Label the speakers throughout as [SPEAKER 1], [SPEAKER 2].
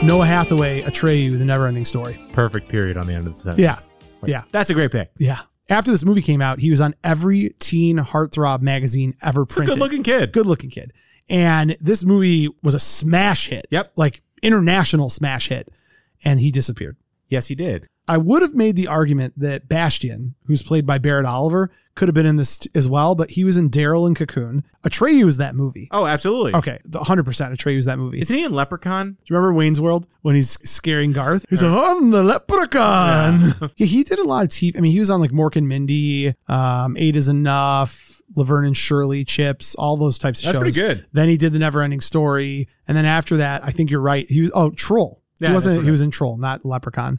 [SPEAKER 1] Noah Hathaway, Atreyu, The Neverending Story.
[SPEAKER 2] Perfect period on the end of the sentence.
[SPEAKER 1] Yeah.
[SPEAKER 2] Like,
[SPEAKER 1] Yeah.
[SPEAKER 2] That's a great pick.
[SPEAKER 1] Yeah. After this movie came out, he was on every teen heartthrob magazine ever
[SPEAKER 2] It's a
[SPEAKER 1] printed.
[SPEAKER 2] good looking kid.
[SPEAKER 1] good looking kid. And this movie was a smash hit.
[SPEAKER 2] Yep.
[SPEAKER 1] Like international smash hit. And he disappeared.
[SPEAKER 2] Yes, he did.
[SPEAKER 1] I would have made the argument that Bastion, who's played by Barrett Oliver, could have been in this t- as well, but he was in Daryl and Cocoon. Atreyu was that movie.
[SPEAKER 2] Oh, absolutely.
[SPEAKER 1] Okay, the 100% Atreyu was that movie.
[SPEAKER 2] Isn't he in Leprechaun?
[SPEAKER 1] Do you remember Wayne's World when he's scaring Garth? He's like, I'm the leprechaun. Yeah. he did a lot of TV. I mean, he was on like Mork and Mindy, um, Eight is Enough, Laverne and Shirley, Chips, all those types of
[SPEAKER 2] That's
[SPEAKER 1] shows.
[SPEAKER 2] pretty good.
[SPEAKER 1] Then he did the Never Ending Story, and then after that, I think you're right. He was oh Troll.
[SPEAKER 2] Yeah,
[SPEAKER 1] he
[SPEAKER 2] that's
[SPEAKER 1] wasn't.
[SPEAKER 2] what
[SPEAKER 1] He
[SPEAKER 2] I-
[SPEAKER 1] was in Troll, not Leprechaun.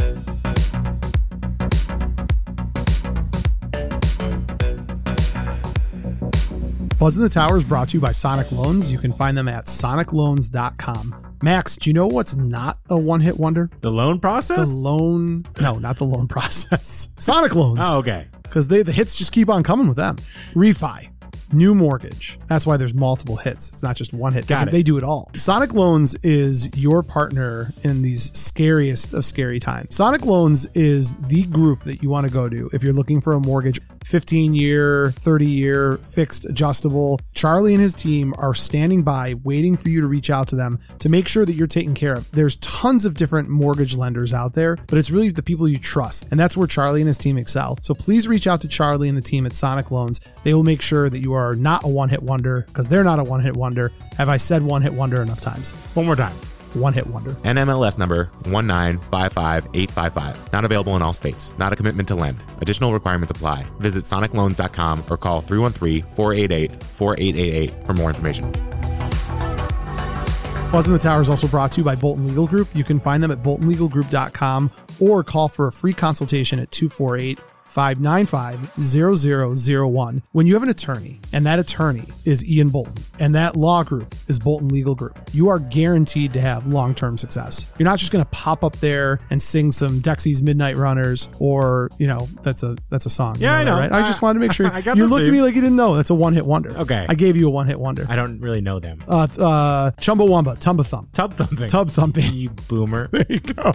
[SPEAKER 1] Buzz in the Tower is brought to you by Sonic Loans. You can find them at sonicloans.com. Max, do you know what's not a one hit wonder?
[SPEAKER 2] The loan
[SPEAKER 1] The
[SPEAKER 2] process?
[SPEAKER 1] loan. No, not the loan process. Sonic Loans.
[SPEAKER 2] oh, okay.
[SPEAKER 1] Because they the hits just keep on coming with them. Refi. New mortgage. That's why there's multiple hits. It's not just one hit.
[SPEAKER 2] Got
[SPEAKER 1] they,
[SPEAKER 2] it.
[SPEAKER 1] they do it all. Sonic Loans is your partner in these scariest of scary times. Sonic Loans is the group that you want to go to if you're looking for a mortgage 15 year, 30 year, fixed, adjustable. Charlie and his team are standing by waiting for you to reach out to them to make sure that you're taken care of. There's tons of different mortgage lenders out there, but it's really the people you trust. And that's where Charlie and his team excel. So please reach out to Charlie and the team at Sonic Loans. They will make sure that you are not a one hit wonder because they're not a one hit wonder. Have I said one hit wonder enough times?
[SPEAKER 2] One more time.
[SPEAKER 1] One hit wonder.
[SPEAKER 2] NMLS number 1955855. Not available in all states. Not a commitment to lend. Additional requirements apply. Visit sonicloans.com or call 313-488-4888 for more information.
[SPEAKER 1] Buzz in the Tower is also brought to you by Bolton Legal Group. You can find them at boltonlegalgroup.com or call for a free consultation at 248 595 0001. When you have an attorney, and that attorney is Ian Bolton, and that law group is Bolton Legal Group, you are guaranteed to have long term success. You're not just going to pop up there and sing some Dexy's Midnight Runners or, you know, that's a that's a song. You
[SPEAKER 2] Yeah, I
[SPEAKER 1] that,
[SPEAKER 2] know.
[SPEAKER 1] right? I just wanted to make sure
[SPEAKER 2] I got
[SPEAKER 1] you
[SPEAKER 2] the
[SPEAKER 1] looked at
[SPEAKER 2] theme.
[SPEAKER 1] me like you didn't know. That's a one hit wonder.
[SPEAKER 2] Okay.
[SPEAKER 1] I gave you a one hit wonder.
[SPEAKER 2] I don't really know them.
[SPEAKER 1] Uh, th- uh, Chumbawamba, Tumba Thump.
[SPEAKER 2] Tub thumping.
[SPEAKER 1] Tub thumping.
[SPEAKER 2] You boomer.
[SPEAKER 1] There you go.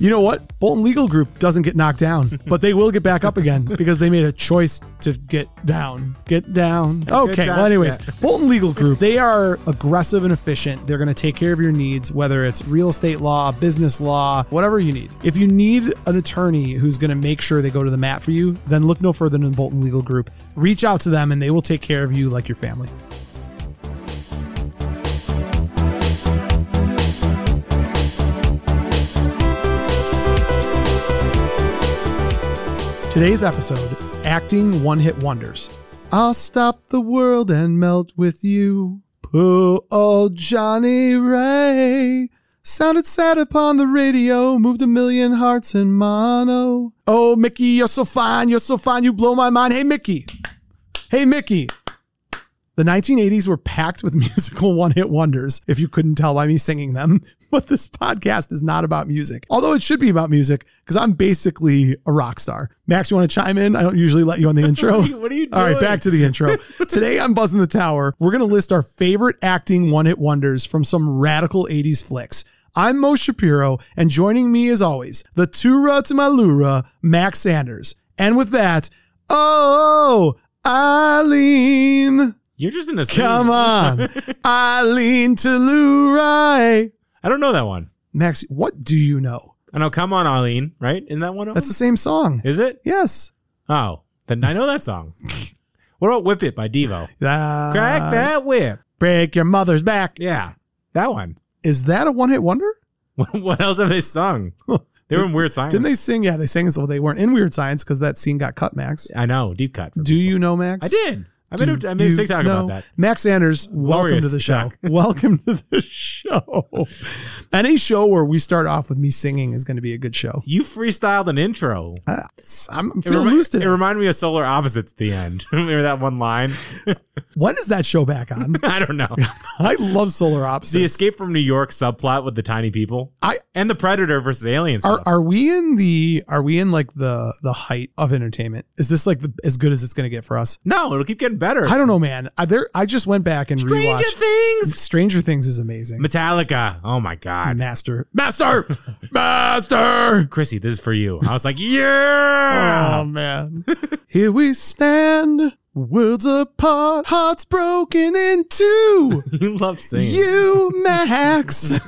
[SPEAKER 1] You know what? Bolton Legal Group doesn't get knocked down, but they will get back up again because they made a choice to get down. Get down. Okay.
[SPEAKER 2] down.
[SPEAKER 1] Well, anyways,
[SPEAKER 2] Yeah.
[SPEAKER 1] Bolton Legal Group, they are aggressive and efficient. They're going to take care of your needs, whether it's real estate law, business law, whatever you need. If you need an attorney who's going to make sure they go to the mat for you, then look no further than Bolton Legal Group. Reach out to them and they will take care of you like your family. Today's episode Acting One Hit Wonders. I'll stop the world and melt with you. Put Oh, old Johnny Ray sounded sad upon the radio, moved a million hearts in mono. Oh, Mickey, you're so fine, you're so fine, you blow my mind. Hey, Mickey. Hey, Mickey. The 1980s were packed with musical one hit wonders, if you couldn't tell by me singing them. But this podcast is not about music, although it should be about music because I'm basically a rock star. Max, you want to chime in? I don't usually let you on the intro.
[SPEAKER 2] What are you- what are you
[SPEAKER 1] All right,
[SPEAKER 2] doing?
[SPEAKER 1] back to the intro. Today on Buzzing the Tower, we're going to list our favorite acting one hit wonders from some radical 80s flicks. I'm Mo Shapiro, and joining me as always, the Tura to my Lura, Max Sanders. And with that, oh, Eileen.
[SPEAKER 2] You're just in a singing-
[SPEAKER 1] Come on, Eileen Telluride.
[SPEAKER 2] I don't know that one.
[SPEAKER 1] Max, what do you know?
[SPEAKER 2] I know. Come on, Eileen. Right? Isn't that one of
[SPEAKER 1] That's
[SPEAKER 2] them?
[SPEAKER 1] the same song.
[SPEAKER 2] Is it?
[SPEAKER 1] Yes.
[SPEAKER 2] Oh, then I know that song. what about "Whip It" by Devo?
[SPEAKER 1] Ah,
[SPEAKER 2] Crack that whip.
[SPEAKER 1] Break your mother's back.
[SPEAKER 2] Yeah, that one.
[SPEAKER 1] Is that a one hit wonder?
[SPEAKER 2] what else have they sung? They were in weird science.
[SPEAKER 1] Didn't they sing? Yeah, they sang as well. They weren't in Weird Science because that scene got cut, Max.
[SPEAKER 2] I know. Deep cut.
[SPEAKER 1] Do you know, Max?
[SPEAKER 2] I did. I made a, I made a
[SPEAKER 1] you
[SPEAKER 2] TikTok
[SPEAKER 1] know?
[SPEAKER 2] about that.
[SPEAKER 1] Max Sanders, welcome
[SPEAKER 2] Glorious
[SPEAKER 1] to the show.
[SPEAKER 2] TikTok.
[SPEAKER 1] welcome to the show. Any show where we start off with me singing is going to be a good show.
[SPEAKER 2] You freestyled an intro.
[SPEAKER 1] Uh, I'm I'm
[SPEAKER 2] It,
[SPEAKER 1] feeling
[SPEAKER 2] remi-
[SPEAKER 1] loose today.
[SPEAKER 2] it reminded me of Solar Opposites at the end. Remember that one line?
[SPEAKER 1] when is that show back on?
[SPEAKER 2] I don't know.
[SPEAKER 1] I love Solar
[SPEAKER 2] the
[SPEAKER 1] Opposites.
[SPEAKER 2] Escape from New York subplot with the tiny people.
[SPEAKER 1] I-
[SPEAKER 2] and the Predator versus Alien.
[SPEAKER 1] Are
[SPEAKER 2] stuff.
[SPEAKER 1] are we in the are we in like the the height of entertainment? Is this like the, as good as it's going to get for us?
[SPEAKER 2] no, it'll keep getting better.
[SPEAKER 1] I don't know, man. I, there, I just went back and
[SPEAKER 2] Stranger
[SPEAKER 1] rewatched.
[SPEAKER 2] Things.
[SPEAKER 1] Stranger Things is amazing.
[SPEAKER 2] Metallica. Oh my God.
[SPEAKER 1] Master, master, master.
[SPEAKER 2] Chrissy, this is for you. I was like, yeah.
[SPEAKER 1] Oh man. Here we stand, worlds apart, hearts broken in two.
[SPEAKER 2] you love singing.
[SPEAKER 1] You, Max,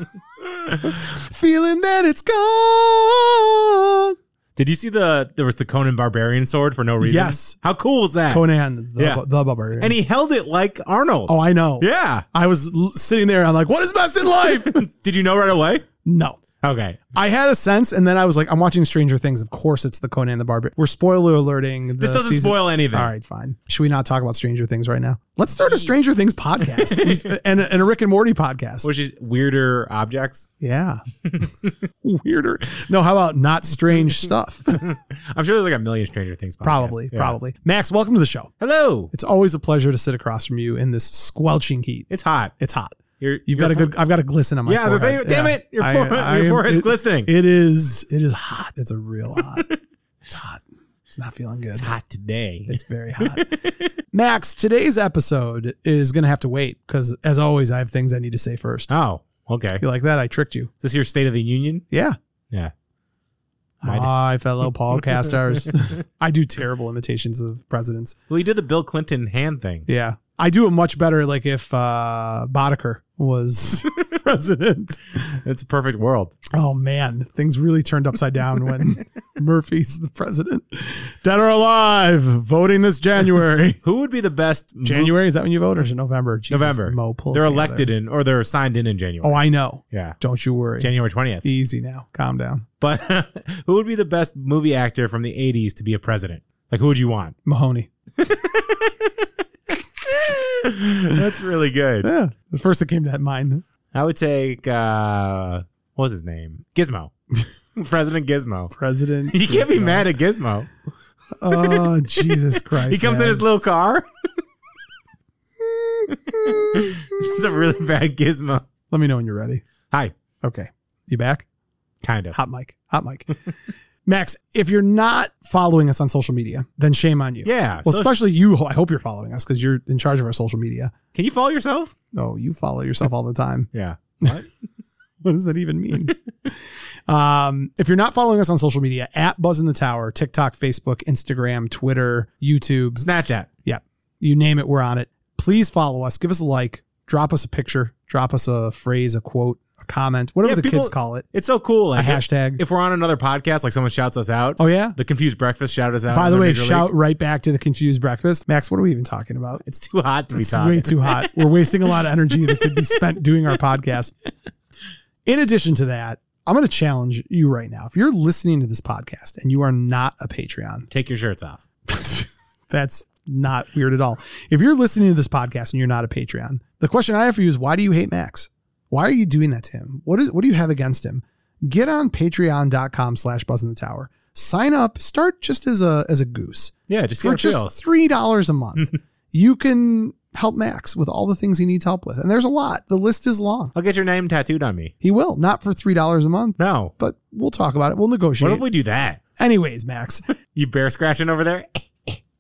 [SPEAKER 1] feeling that it's gone.
[SPEAKER 2] Did you see the there was the Conan Barbarian sword for no reason?
[SPEAKER 1] Yes.
[SPEAKER 2] How cool was that?
[SPEAKER 1] Conan, the,
[SPEAKER 2] Yeah.
[SPEAKER 1] the barbarian.
[SPEAKER 2] And he held it like Arnold.
[SPEAKER 1] oh, I know.
[SPEAKER 2] yeah.
[SPEAKER 1] I was l- sitting there. I'm like, what is best in life?
[SPEAKER 2] Did you know right away?
[SPEAKER 1] no.
[SPEAKER 2] Okay.
[SPEAKER 1] I had a sense, and then I was like, I'm watching Stranger Things. Of course, it's the Conan the Barbarian. We're spoiler alerting. The
[SPEAKER 2] This doesn't
[SPEAKER 1] season.
[SPEAKER 2] spoil anything.
[SPEAKER 1] All right, fine. Should we not talk about Stranger Things right now? Let's start a Stranger Things podcast We- and, a- and a Rick and Morty podcast.
[SPEAKER 2] Which is weirder objects.
[SPEAKER 1] Yeah. Weirder. No, how about not strange stuff?
[SPEAKER 2] I'm sure there's like a million Stranger Things podcasts.
[SPEAKER 1] probably,
[SPEAKER 2] Yeah.
[SPEAKER 1] probably. Max, welcome to the show.
[SPEAKER 2] Hello.
[SPEAKER 1] It's always a pleasure to sit across from you in this squelching heat.
[SPEAKER 2] It's hot.
[SPEAKER 1] It's hot.
[SPEAKER 2] You're,
[SPEAKER 1] You've
[SPEAKER 2] you're
[SPEAKER 1] got a
[SPEAKER 2] full-
[SPEAKER 1] good. I've got a glisten on my.
[SPEAKER 2] Yeah, I was gonna say,
[SPEAKER 1] forehead.
[SPEAKER 2] damn it, your forehead- your
[SPEAKER 1] am-
[SPEAKER 2] forehead's
[SPEAKER 1] it-
[SPEAKER 2] glistening.
[SPEAKER 1] It is. It is hot. It's a real hot. it's hot. It's not feeling good.
[SPEAKER 2] It's hot today.
[SPEAKER 1] It's very hot. Max, today's episode is going to have to wait because, as always, I have things I need to say first.
[SPEAKER 2] Oh, okay. Is
[SPEAKER 1] You like that? I tricked you.
[SPEAKER 2] this your State of the Union?
[SPEAKER 1] Yeah.
[SPEAKER 2] Yeah. I did.
[SPEAKER 1] My fellow podcasters. I do terrible imitations of presidents.
[SPEAKER 2] Well, you did the Bill Clinton hand thing.
[SPEAKER 1] Yeah. I do it much better, like if uh, Boddicker was president.
[SPEAKER 2] It's a perfect world.
[SPEAKER 1] Oh, man. Things really turned upside down when Murphy's the president. Dead or alive, voting this January.
[SPEAKER 2] Who would be the best? mo-
[SPEAKER 1] January, is that when you vote or is it November? Jesus,
[SPEAKER 2] November.
[SPEAKER 1] Mo, pull it
[SPEAKER 2] They're
[SPEAKER 1] together.
[SPEAKER 2] elected in or they're signed in in January.
[SPEAKER 1] Oh, I know.
[SPEAKER 2] yeah.
[SPEAKER 1] Don't you worry.
[SPEAKER 2] January 20th.
[SPEAKER 1] Easy now. Calm down.
[SPEAKER 2] But who would be the best movie actor from the 80s to be a president? Like, who would you want?
[SPEAKER 1] Mahoney.
[SPEAKER 2] That's really good.
[SPEAKER 1] Yeah. The first that came to mind.
[SPEAKER 2] I would take, uh, what was his name? Gizmo. president Gizmo.
[SPEAKER 1] President.
[SPEAKER 2] You can't be
[SPEAKER 1] Gizmo.
[SPEAKER 2] mad at Gizmo.
[SPEAKER 1] Oh, Jesus Christ.
[SPEAKER 2] He comes in his
[SPEAKER 1] Max.
[SPEAKER 2] little car. it's a really bad Gizmo.
[SPEAKER 1] Let me know when you're ready.
[SPEAKER 2] Hi.
[SPEAKER 1] Okay. You back?
[SPEAKER 2] Kind of.
[SPEAKER 1] Hot mic. Hot mic. Max, if you're not following us on social media, then shame on you.
[SPEAKER 2] Yeah.
[SPEAKER 1] Well,
[SPEAKER 2] so
[SPEAKER 1] especially you. I hope you're following us because you're in charge of our social media.
[SPEAKER 2] can you follow yourself?
[SPEAKER 1] Oh, you follow yourself all the time.
[SPEAKER 2] Yeah.
[SPEAKER 1] What does that even mean? um, if you're not following us on social media, at Buzz in the Tower, TikTok, Facebook, Instagram, Twitter, YouTube,
[SPEAKER 2] Snapchat.
[SPEAKER 1] you name it, we're on it. Please follow us. Give us a like. Drop us a picture. Drop us a phrase, a quote, a comment, whatever
[SPEAKER 2] Yeah,
[SPEAKER 1] the
[SPEAKER 2] people-
[SPEAKER 1] kids call it.
[SPEAKER 2] It's so cool.
[SPEAKER 1] A
[SPEAKER 2] Like, if-
[SPEAKER 1] hashtag.
[SPEAKER 2] if we're on another podcast, like someone shouts us out,
[SPEAKER 1] oh yeah.
[SPEAKER 2] the Confused Breakfast shout us out.
[SPEAKER 1] By
[SPEAKER 2] on
[SPEAKER 1] the way,
[SPEAKER 2] Major League.
[SPEAKER 1] shout right back to the confused breakfast, Max. What are we even talking about?
[SPEAKER 2] It's too hot to be
[SPEAKER 1] It's
[SPEAKER 2] talking.
[SPEAKER 1] way too hot. We're wasting a lot of energy that could be spent doing our podcast. In addition to that, I'm going to challenge you right now. If you're listening to this podcast and you are not a Patreon,
[SPEAKER 2] Take your shirts off.
[SPEAKER 1] That's not weird at all. If you're listening to this podcast and you're not a Patreon, The question I have for you is why do you hate Max? Why are you doing that to him? What is what do you have against him? Get on patreon.com slash buzz in the tower. Sign up, start just as a as a goose.
[SPEAKER 2] Yeah, just see
[SPEAKER 1] For
[SPEAKER 2] how it
[SPEAKER 1] just
[SPEAKER 2] feels.
[SPEAKER 1] three dollars a month, you can help Max with all the things he needs help with. And there's a lot. The list is long.
[SPEAKER 2] I'll get your name tattooed on me.
[SPEAKER 1] He will, not for three dollars a month,
[SPEAKER 2] No.
[SPEAKER 1] but we'll talk about it. We'll
[SPEAKER 2] What
[SPEAKER 1] negotiate.
[SPEAKER 2] if we do that?
[SPEAKER 1] Anyways, Max,
[SPEAKER 2] You bear scratching over there?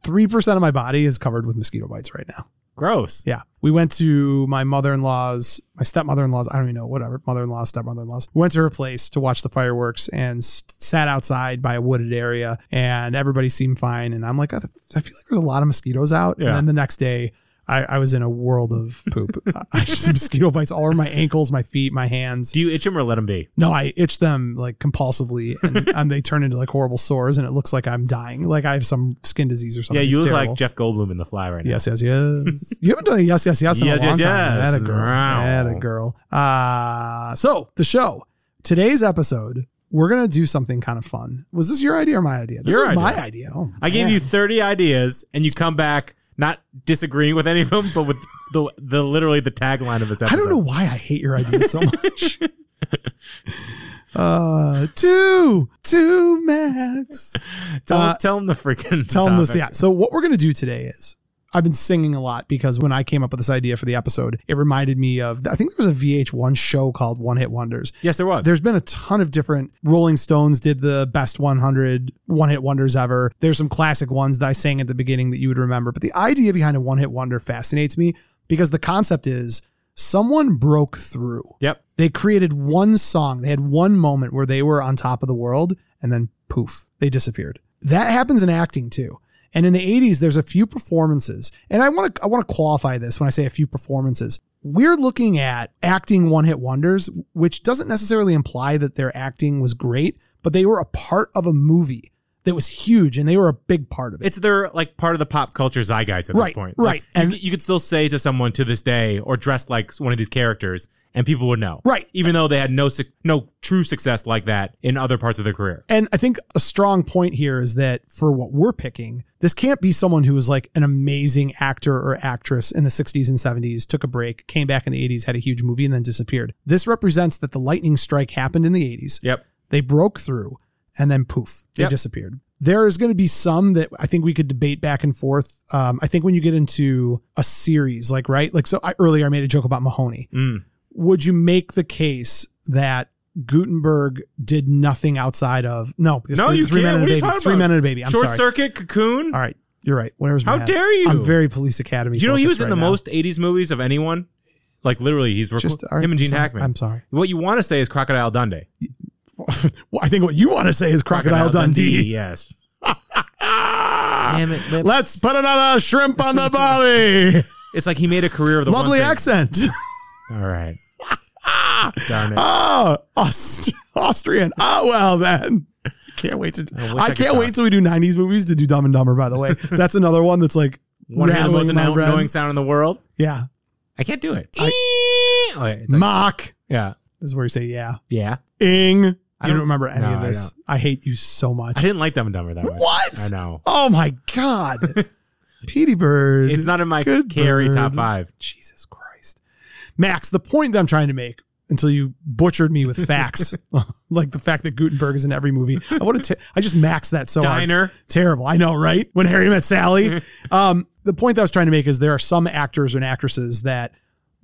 [SPEAKER 1] three percent of my body is covered with mosquito bites right now.
[SPEAKER 2] Gross.
[SPEAKER 1] Yeah. We went to my mother in law's, my stepmother in law's, I don't even know, whatever, mother in law, stepmother in law's. We went to her place to watch the fireworks and s- sat outside by a wooded area and everybody seemed fine. And I'm like, I, th- I feel like there's a lot of mosquitoes out.
[SPEAKER 2] Yeah.
[SPEAKER 1] And then the next day, I, I was in a world of poop. I- I just mosquito bites all over my ankles, my feet, my hands.
[SPEAKER 2] Do you itch them or let them be?
[SPEAKER 1] No, I itch them like compulsively, and, and they turn into like horrible sores, and it looks like I'm dying, like I have some skin disease or something.
[SPEAKER 2] yeah, you
[SPEAKER 1] It's
[SPEAKER 2] look
[SPEAKER 1] Oh, terrible.
[SPEAKER 2] like Jeff Goldblum in The Fly right now.
[SPEAKER 1] Yes, yes, yes. you haven't done a yes, yes, yes in
[SPEAKER 2] Yes,
[SPEAKER 1] a long
[SPEAKER 2] yes,
[SPEAKER 1] time.
[SPEAKER 2] yes.
[SPEAKER 1] That a girl.
[SPEAKER 2] Wow.
[SPEAKER 1] That a girl. Uh, so the show today's episode, we're gonna do something kind of fun. Was this your idea or my idea? This
[SPEAKER 2] Your
[SPEAKER 1] was
[SPEAKER 2] idea.
[SPEAKER 1] my idea. Oh,
[SPEAKER 2] I gave
[SPEAKER 1] man.
[SPEAKER 2] you 30 ideas and you come back not disagreeing with any of them, but with the, the literally the tagline of this episode.
[SPEAKER 1] I don't know why I hate your ideas so much. uh, two, two max.
[SPEAKER 2] Tell,
[SPEAKER 1] Uh,
[SPEAKER 2] tell them the freaking.
[SPEAKER 1] Tell them this.
[SPEAKER 2] topic.
[SPEAKER 1] Yeah. So what we're gonna do today is. I've been singing a lot because when I came up with this idea for the episode, it reminded me of I think there was a VH1 show called One Hit Wonders,
[SPEAKER 2] Yes, there was.
[SPEAKER 1] There's been a ton of different. Rolling Stones did the best 100 one hit wonders ever. There's some classic ones that I sang at the beginning that you would remember. But the idea behind a one hit wonder fascinates me because the concept is someone broke through.
[SPEAKER 2] Yep.
[SPEAKER 1] They created one song, they had one moment where they were on top of the world, and then poof, they disappeared. That happens in acting too. And in the 80s, there's a few performances. And I want to I want to qualify this when I say a few performances. We're looking at acting one-hit wonders, which doesn't necessarily imply that their acting was great, but they were a part of a movie that was huge and they were a big part of it.
[SPEAKER 2] It's their like part of the pop culture zeitgeist at
[SPEAKER 1] Right,
[SPEAKER 2] this point.
[SPEAKER 1] right.
[SPEAKER 2] and
[SPEAKER 1] And-
[SPEAKER 2] you, could still say to someone to this day or dress like one of these characters and people would know.
[SPEAKER 1] Right.
[SPEAKER 2] Even though they had no suc no true success like that in other parts of their career.
[SPEAKER 1] And I think a strong point here is that for what we're picking, this can't be someone who was like an amazing actor or actress in the 60s and 70s, took a break, came back in the 80s, had a huge movie, and then disappeared. This represents that the lightning strike happened in the 80s.
[SPEAKER 2] Yep.
[SPEAKER 1] They broke through and then poof, they
[SPEAKER 2] Yep.
[SPEAKER 1] disappeared. There is going to be some that I think we could debate back and forth. Um, I think when you get into a series, like, right? Like, so I, earlier I made a joke about Mahoney
[SPEAKER 2] Mm.
[SPEAKER 1] would you make the case that Gutenberg did nothing outside of no? Because
[SPEAKER 2] No,
[SPEAKER 1] three,
[SPEAKER 2] you
[SPEAKER 1] three
[SPEAKER 2] can't.
[SPEAKER 1] men
[SPEAKER 2] What
[SPEAKER 1] and
[SPEAKER 2] are
[SPEAKER 1] a
[SPEAKER 2] you
[SPEAKER 1] baby.
[SPEAKER 2] talking
[SPEAKER 1] Three
[SPEAKER 2] about?
[SPEAKER 1] men and a baby. I'm
[SPEAKER 2] Short
[SPEAKER 1] sorry.
[SPEAKER 2] circuit cocoon.
[SPEAKER 1] All right, you're right. Where's
[SPEAKER 2] How
[SPEAKER 1] my head?
[SPEAKER 2] dare you?
[SPEAKER 1] I'm very police academy.
[SPEAKER 2] Do you know he
[SPEAKER 1] focused
[SPEAKER 2] was in
[SPEAKER 1] right
[SPEAKER 2] the
[SPEAKER 1] now.
[SPEAKER 2] most '80s movies of anyone? Like literally, he's worked
[SPEAKER 1] Just
[SPEAKER 2] with
[SPEAKER 1] all right,
[SPEAKER 2] him and Gene
[SPEAKER 1] I'm sorry.
[SPEAKER 2] Hackman.
[SPEAKER 1] I'm sorry.
[SPEAKER 2] What you want to say is Crocodile Dundee.
[SPEAKER 1] Well, I think what you want to say is Crocodile, Dundee.
[SPEAKER 2] Yes.
[SPEAKER 1] Ah!
[SPEAKER 2] Damn it. Lips.
[SPEAKER 1] Let's put another shrimp on the body.
[SPEAKER 2] It's like he made a career of the
[SPEAKER 1] Lovely
[SPEAKER 2] one thing.
[SPEAKER 1] accent.
[SPEAKER 2] All right. Darn it.
[SPEAKER 1] Oh, Aust- Austrian. Oh, well, then. Can't wait to.
[SPEAKER 2] I wish
[SPEAKER 1] I,
[SPEAKER 2] I could
[SPEAKER 1] can't
[SPEAKER 2] talk.
[SPEAKER 1] wait till we do 90s movies to do Dumb and Dumber, by the way. That's another one that's like
[SPEAKER 2] One of the
[SPEAKER 1] rattling
[SPEAKER 2] most
[SPEAKER 1] in my brain.
[SPEAKER 2] annoying sound in the world.
[SPEAKER 1] Yeah.
[SPEAKER 2] I can't do it. Oh, wait, it's like-
[SPEAKER 1] Mock.
[SPEAKER 2] yeah.
[SPEAKER 1] This is where you say, yeah.
[SPEAKER 2] Yeah.
[SPEAKER 1] Ing. You
[SPEAKER 2] I
[SPEAKER 1] don't,
[SPEAKER 2] don't-
[SPEAKER 1] remember any
[SPEAKER 2] no,
[SPEAKER 1] of
[SPEAKER 2] I
[SPEAKER 1] this. I, hate you so much.
[SPEAKER 2] I didn't like Dumb and Dumber that much.
[SPEAKER 1] What?
[SPEAKER 2] I know.
[SPEAKER 1] Oh my God. Petey Bird.
[SPEAKER 2] It's not in my
[SPEAKER 1] Good
[SPEAKER 2] carry
[SPEAKER 1] bird.
[SPEAKER 2] top five.
[SPEAKER 1] Jesus Christ. Max, the point that I'm trying to make until you butchered me with facts, like the fact that Gutenberg is in every movie. I want to, I just maxed that so hard.
[SPEAKER 2] Diner.
[SPEAKER 1] Terrible. I know, right? When Harry met Sally. um, the point that I was trying to make is there are some actors and actresses that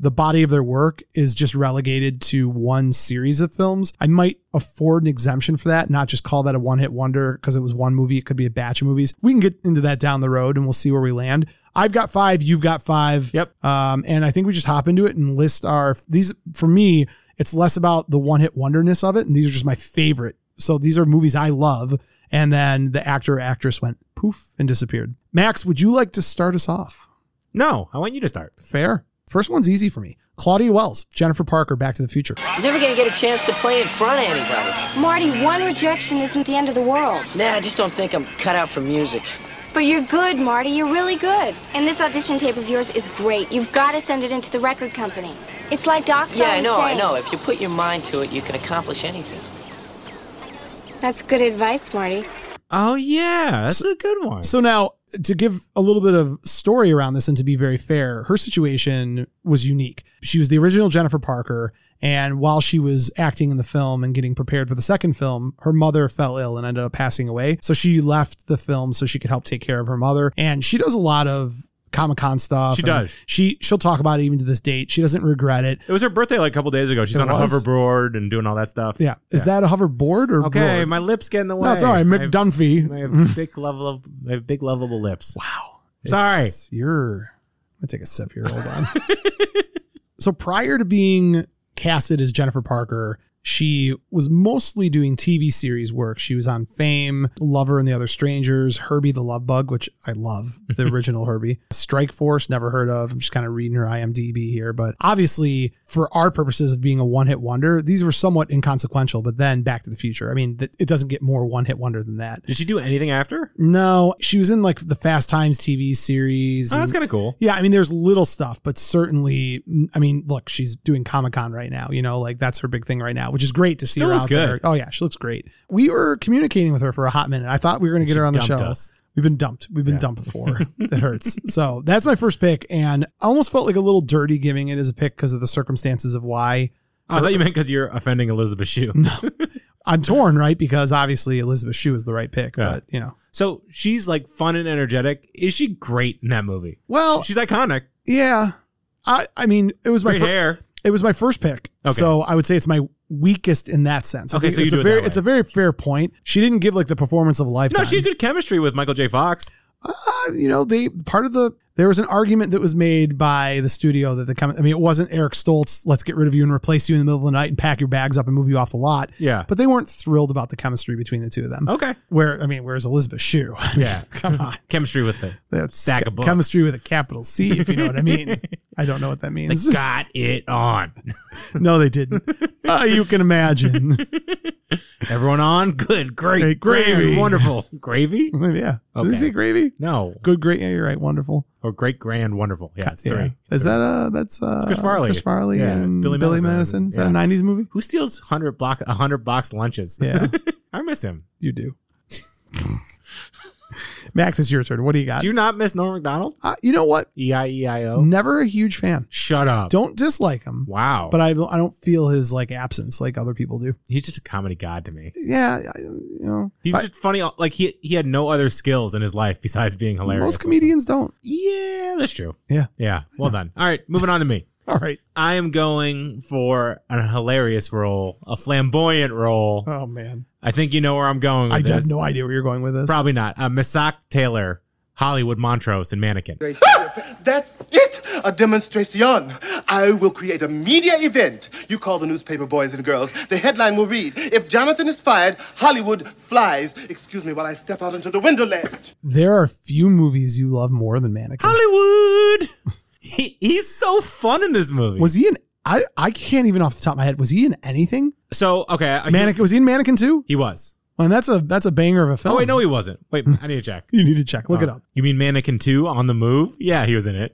[SPEAKER 1] the body of their work is just relegated to one series of films. I might afford an exemption for that, not just call that a one hit wonder because it was one movie. It could be a batch of movies. We can get into that down the road and we'll see where we land. I've got five, you've got five.
[SPEAKER 2] Yep.
[SPEAKER 1] Um, and I think we just hop into it and list our these for me, it's less about the one hit wonderness of it, and these are just my favorite. So these are movies I love, and then the actor or actress went poof and disappeared. Max, would you like to start us off?
[SPEAKER 2] No, I want you to start.
[SPEAKER 1] Fair. First one's easy for me. Claudia Wells, Jennifer Parker, Back to the Future.
[SPEAKER 3] You're never gonna get a chance to play in front of anybody.
[SPEAKER 4] Marty, one rejection isn't the end of the world.
[SPEAKER 3] Nah, I just don't think I'm cut out for music.
[SPEAKER 4] But you're good, Marty. You're really good. And this audition tape of yours is great. You've got to send it into the record company. It's like Doc's
[SPEAKER 3] Yeah, I
[SPEAKER 4] always
[SPEAKER 3] know, I
[SPEAKER 4] saying.
[SPEAKER 3] know. If you put your mind to it, you can accomplish anything.
[SPEAKER 4] That's good advice, Marty.
[SPEAKER 2] Oh yeah, that's a good one.
[SPEAKER 1] So now to give a little bit of story around this and to be very fair, her situation was unique. She was the original Jennifer Parker. And while she was acting in the film and getting prepared for the second film, her mother fell ill and ended up passing away. So she left the film so she could help take care of her mother. And she does a lot of Comic Con stuff.
[SPEAKER 2] She
[SPEAKER 1] and
[SPEAKER 2] does.
[SPEAKER 1] She she'll talk about it even to this date. She doesn't regret it.
[SPEAKER 2] It was her birthday like a couple days ago. She's
[SPEAKER 1] It
[SPEAKER 2] on
[SPEAKER 1] was?
[SPEAKER 2] a hoverboard and doing all that stuff.
[SPEAKER 1] Yeah. Is that a hoverboard or
[SPEAKER 2] Okay,
[SPEAKER 1] board?
[SPEAKER 2] my lips get in the way.
[SPEAKER 1] no, it's all right.
[SPEAKER 2] I
[SPEAKER 1] Mick
[SPEAKER 2] have-
[SPEAKER 1] Dunphy.
[SPEAKER 2] I have big level of I have big lovable lips.
[SPEAKER 1] Wow.
[SPEAKER 2] Sorry.
[SPEAKER 1] It's- You're. I'm going to take a sip here. Hold on. so prior to being casted as Jennifer Parker, she was mostly doing TV series work. She was on Fame, Lover and the Other Strangers, Herbie the Love Bug, which I love, the original Herbie, Strike Force, never heard of. I'm just kind of reading her IMDb here. But obviously, for our purposes of being a one hit wonder, these were somewhat inconsequential. But then Back to the Future. I mean, th- it doesn't get more one hit wonder than that.
[SPEAKER 2] Did she do anything
[SPEAKER 1] Mm-hmm.
[SPEAKER 2] after?
[SPEAKER 1] No, she was in like the Fast Times TV series.
[SPEAKER 2] Oh, that's
[SPEAKER 1] and-
[SPEAKER 2] kind of cool.
[SPEAKER 1] yeah, I mean, there's little stuff, but certainly, I mean, look, she's doing Comic Con right now. You know, like that's her big thing right now, which is great to see
[SPEAKER 2] Still
[SPEAKER 1] her
[SPEAKER 2] looks
[SPEAKER 1] out
[SPEAKER 2] good.
[SPEAKER 1] there. Oh yeah, she looks great. We were communicating with her for a hot minute. I thought we were going to get her on the
[SPEAKER 2] dumped
[SPEAKER 1] show.
[SPEAKER 2] us.
[SPEAKER 1] We've been dumped. We've been dumped before. it hurts. So that's my first pick, and I almost felt like a little dirty giving it as a pick because of the circumstances of why
[SPEAKER 2] Oh, I thought you meant because you're offending Elizabeth Shue.
[SPEAKER 1] I'm torn, right? Because obviously Elizabeth Shue is the right pick,
[SPEAKER 2] Yeah.
[SPEAKER 1] but you know,
[SPEAKER 2] So she's like fun and energetic. Is she great in that movie?
[SPEAKER 1] well,
[SPEAKER 2] She's iconic.
[SPEAKER 1] yeah. I, I mean, it was my
[SPEAKER 2] Great
[SPEAKER 1] fir-
[SPEAKER 2] hair.
[SPEAKER 1] It was my first pick,
[SPEAKER 2] Okay.
[SPEAKER 1] so I would say it's my weakest in that sense. I
[SPEAKER 2] Okay,
[SPEAKER 1] think
[SPEAKER 2] so you
[SPEAKER 1] it's
[SPEAKER 2] do
[SPEAKER 1] a
[SPEAKER 2] it
[SPEAKER 1] very
[SPEAKER 2] that way.
[SPEAKER 1] it's a very fair point. She didn't give like the performance of a lifetime.
[SPEAKER 2] No, she had good chemistry with Michael J. Fox.
[SPEAKER 1] Uh, you know, they part of the there was an argument that was made by the studio that the com- I mean, it wasn't Eric Stoltz. Let's get rid of you and replace you in the middle of the night and pack your bags up and move you off the lot.
[SPEAKER 2] Yeah.
[SPEAKER 1] but they weren't thrilled about the chemistry between the two of them.
[SPEAKER 2] Okay.
[SPEAKER 1] Where I mean, where's Elizabeth Shue?
[SPEAKER 2] Yeah.
[SPEAKER 1] Come on,
[SPEAKER 2] chemistry with her.
[SPEAKER 1] that's
[SPEAKER 2] Stack of books.
[SPEAKER 1] chemistry with a capital C. If you know what I mean. I don't know what that means.
[SPEAKER 2] Got it on.
[SPEAKER 1] No, they didn't. Uh, you can imagine.
[SPEAKER 2] Everyone on? Good. Great.
[SPEAKER 1] Great gravy.
[SPEAKER 2] Grand, wonderful. gravy?
[SPEAKER 1] yeah. Did
[SPEAKER 2] Okay.
[SPEAKER 1] he say gravy?
[SPEAKER 2] No.
[SPEAKER 1] Good, great. Yeah, you're right. Wonderful.
[SPEAKER 2] Or great, grand, wonderful. Yeah, it's
[SPEAKER 1] Yeah.
[SPEAKER 2] three.
[SPEAKER 1] Is that uh that's uh
[SPEAKER 2] Chris Farley.
[SPEAKER 1] Chris Farley
[SPEAKER 2] Yeah,
[SPEAKER 1] and
[SPEAKER 2] it's
[SPEAKER 1] Billy,
[SPEAKER 2] Billy
[SPEAKER 1] Madison.
[SPEAKER 2] Madison.
[SPEAKER 1] Is that a '90s movie?
[SPEAKER 2] Who steals hundred block hundred box lunches?
[SPEAKER 1] Yeah,
[SPEAKER 2] I miss him.
[SPEAKER 1] you do. Max, it's your turn. What do you got? Oh.
[SPEAKER 2] Do
[SPEAKER 1] You,
[SPEAKER 2] you not miss Norm Macdonald?
[SPEAKER 1] uh, you know what?
[SPEAKER 2] E I E I O.
[SPEAKER 1] Never a huge fan.
[SPEAKER 2] Shut up.
[SPEAKER 1] Don't dislike him,
[SPEAKER 2] wow.
[SPEAKER 1] but I I don't feel his like absence like other people do.
[SPEAKER 2] he's just a comedy god to me.
[SPEAKER 1] Yeah, I, you know,
[SPEAKER 2] He's
[SPEAKER 1] I-
[SPEAKER 2] just funny. uh, Like he he had no other skills in his life besides being hilarious.
[SPEAKER 1] most comedians don't.
[SPEAKER 2] Yeah, that's true.
[SPEAKER 1] Yeah.
[SPEAKER 2] Yeah. Well done. All right, moving on to me.
[SPEAKER 1] All right.
[SPEAKER 2] I am going for an hilarious role, a flamboyant role.
[SPEAKER 1] Oh man,
[SPEAKER 2] I think you know where I'm going. With
[SPEAKER 1] I
[SPEAKER 2] this.
[SPEAKER 1] have no idea where you're going with this.
[SPEAKER 2] Probably not. Uh, Misak Taylor, Hollywood Montrose, and Mannequin.
[SPEAKER 5] That's it! A demonstration! I will create a media event. You call the newspaper boys and girls. The headline will read If Jonathan is fired, Hollywood flies. Excuse me while I step out into the window ledge.
[SPEAKER 1] There are few movies you love more than Mannequin.
[SPEAKER 2] Hollywood. He, he's so fun in this movie.
[SPEAKER 1] Was he in? I I can't even off the top of my head. Was he in anything?
[SPEAKER 2] so okay. I-
[SPEAKER 1] Mannequin was he in Mannequin too?
[SPEAKER 2] He was.
[SPEAKER 1] Well, that's a that's a banger of a film.
[SPEAKER 2] Oh wait, no, he wasn't. Wait, I need to check.
[SPEAKER 1] you need to check. Look it
[SPEAKER 2] Oh,
[SPEAKER 1] up.
[SPEAKER 2] You mean Mannequin Two on the Move? Yeah, he was in it.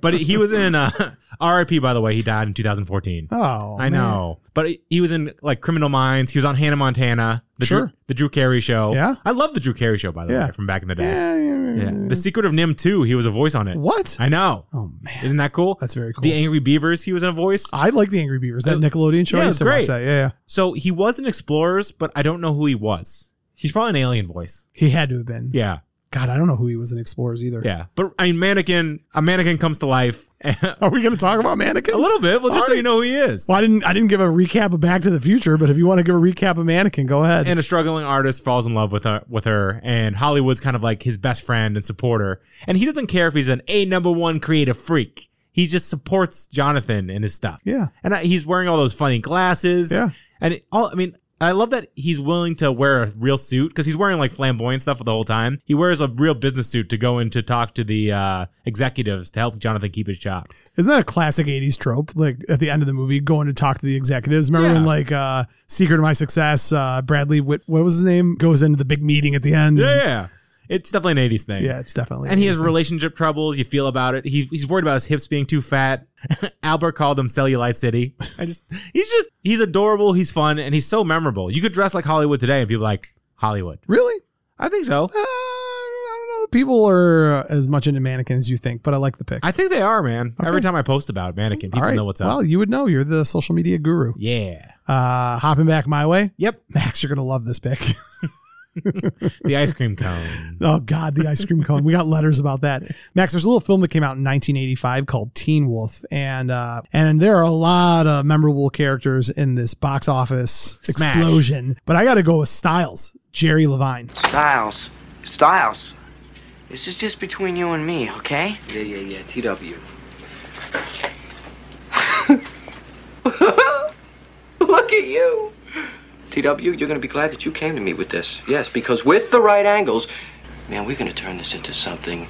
[SPEAKER 2] but he was in uh, R.I.P. By the way, he died in 2014.
[SPEAKER 1] Oh,
[SPEAKER 2] I
[SPEAKER 1] man.
[SPEAKER 2] know, but he- he was in like Criminal Minds. He was on Hannah Montana, the
[SPEAKER 1] Sure.
[SPEAKER 2] Drew, the Drew Carey show.
[SPEAKER 1] Yeah.
[SPEAKER 2] I love the Drew Carey show by the
[SPEAKER 1] Yeah.
[SPEAKER 2] way from back in the day.
[SPEAKER 1] Yeah, yeah, yeah.
[SPEAKER 2] Yeah. The Secret of Nim Two. He was a voice on it.
[SPEAKER 1] What?
[SPEAKER 2] I know.
[SPEAKER 1] oh man,
[SPEAKER 2] Isn't that cool?
[SPEAKER 1] that's very cool.
[SPEAKER 2] The Angry Beavers. He was in a voice.
[SPEAKER 1] I like the Angry Beavers. That
[SPEAKER 2] Uh,
[SPEAKER 1] Nickelodeon show.
[SPEAKER 2] yeah,
[SPEAKER 1] I used
[SPEAKER 2] it's
[SPEAKER 1] to watch
[SPEAKER 2] great.
[SPEAKER 1] that. Yeah, yeah.
[SPEAKER 2] So he was in Explorers, but I don't know who he was. He's probably an alien voice.
[SPEAKER 1] He had to have been.
[SPEAKER 2] Yeah.
[SPEAKER 1] God, I don't know who he was in Explorers either.
[SPEAKER 2] Yeah. But I mean, mannequin, a mannequin comes to life a
[SPEAKER 1] Are we going to talk about Mannequin?
[SPEAKER 2] little bit. Well, just so you know who he is.
[SPEAKER 1] Well, I didn't. I didn't give a recap of Back to the Future, but if you want to give a recap of Mannequin, go ahead.
[SPEAKER 2] And a struggling artist falls in love with her, with her, and Hollywood's kind of like his best friend and supporter. And he doesn't care if he's an A number one creative freak. He just supports Jonathan and his stuff.
[SPEAKER 1] yeah,
[SPEAKER 2] and I, he's wearing all those funny glasses.
[SPEAKER 1] Yeah.
[SPEAKER 2] and it, all I mean, I love that he's willing to wear a real suit because he's wearing like flamboyant stuff the whole time. He wears a real business suit to go in to talk to the uh, executives to help Jonathan keep his job.
[SPEAKER 1] isn't that a classic '80s trope? Like at the end of the movie, going to talk to the executives. Remember when
[SPEAKER 2] Yeah.
[SPEAKER 1] like uh, Secret of My Success, uh, Bradley Whit, what was his name, goes into the big meeting at the end.
[SPEAKER 2] Yeah, yeah. it's definitely an '80s thing.
[SPEAKER 1] Yeah, it's definitely.
[SPEAKER 2] And he has relationship troubles. You feel about it. He, he's worried about his hips being too fat. Albert called him Cellulite City. I just, he's just, he's adorable. He's fun, and he's so memorable. You could dress like Hollywood today, and people are like Hollywood.
[SPEAKER 1] really.
[SPEAKER 2] I think so.
[SPEAKER 1] Uh, I don't know know if people are uh, as much into mannequin as you think, but I like the pick.
[SPEAKER 6] I think they are, man. Every time I post about mannequin, people know what's up.
[SPEAKER 1] Well, you would know. You're the social media guru.
[SPEAKER 6] yeah.
[SPEAKER 1] Uh, hopping back my way.
[SPEAKER 6] Yep.
[SPEAKER 1] Max, you're going to love this pick.
[SPEAKER 6] The ice cream cone.
[SPEAKER 1] oh, God, the ice cream cone. We got letters about that. Max, there's a little film that came out in 1985 called Teen Wolf. And, uh, and there are a lot of memorable characters in this box office
[SPEAKER 6] Smash.
[SPEAKER 1] explosion. But I got to go with Styles, Jerry Levine.
[SPEAKER 7] Styles. Styles. This is just between you and me, okay? Yeah, yeah, yeah. TW. Look at you. TW, you're gonna be glad that you came to me with this. Yes, because with the right angles, man, we're gonna turn this into something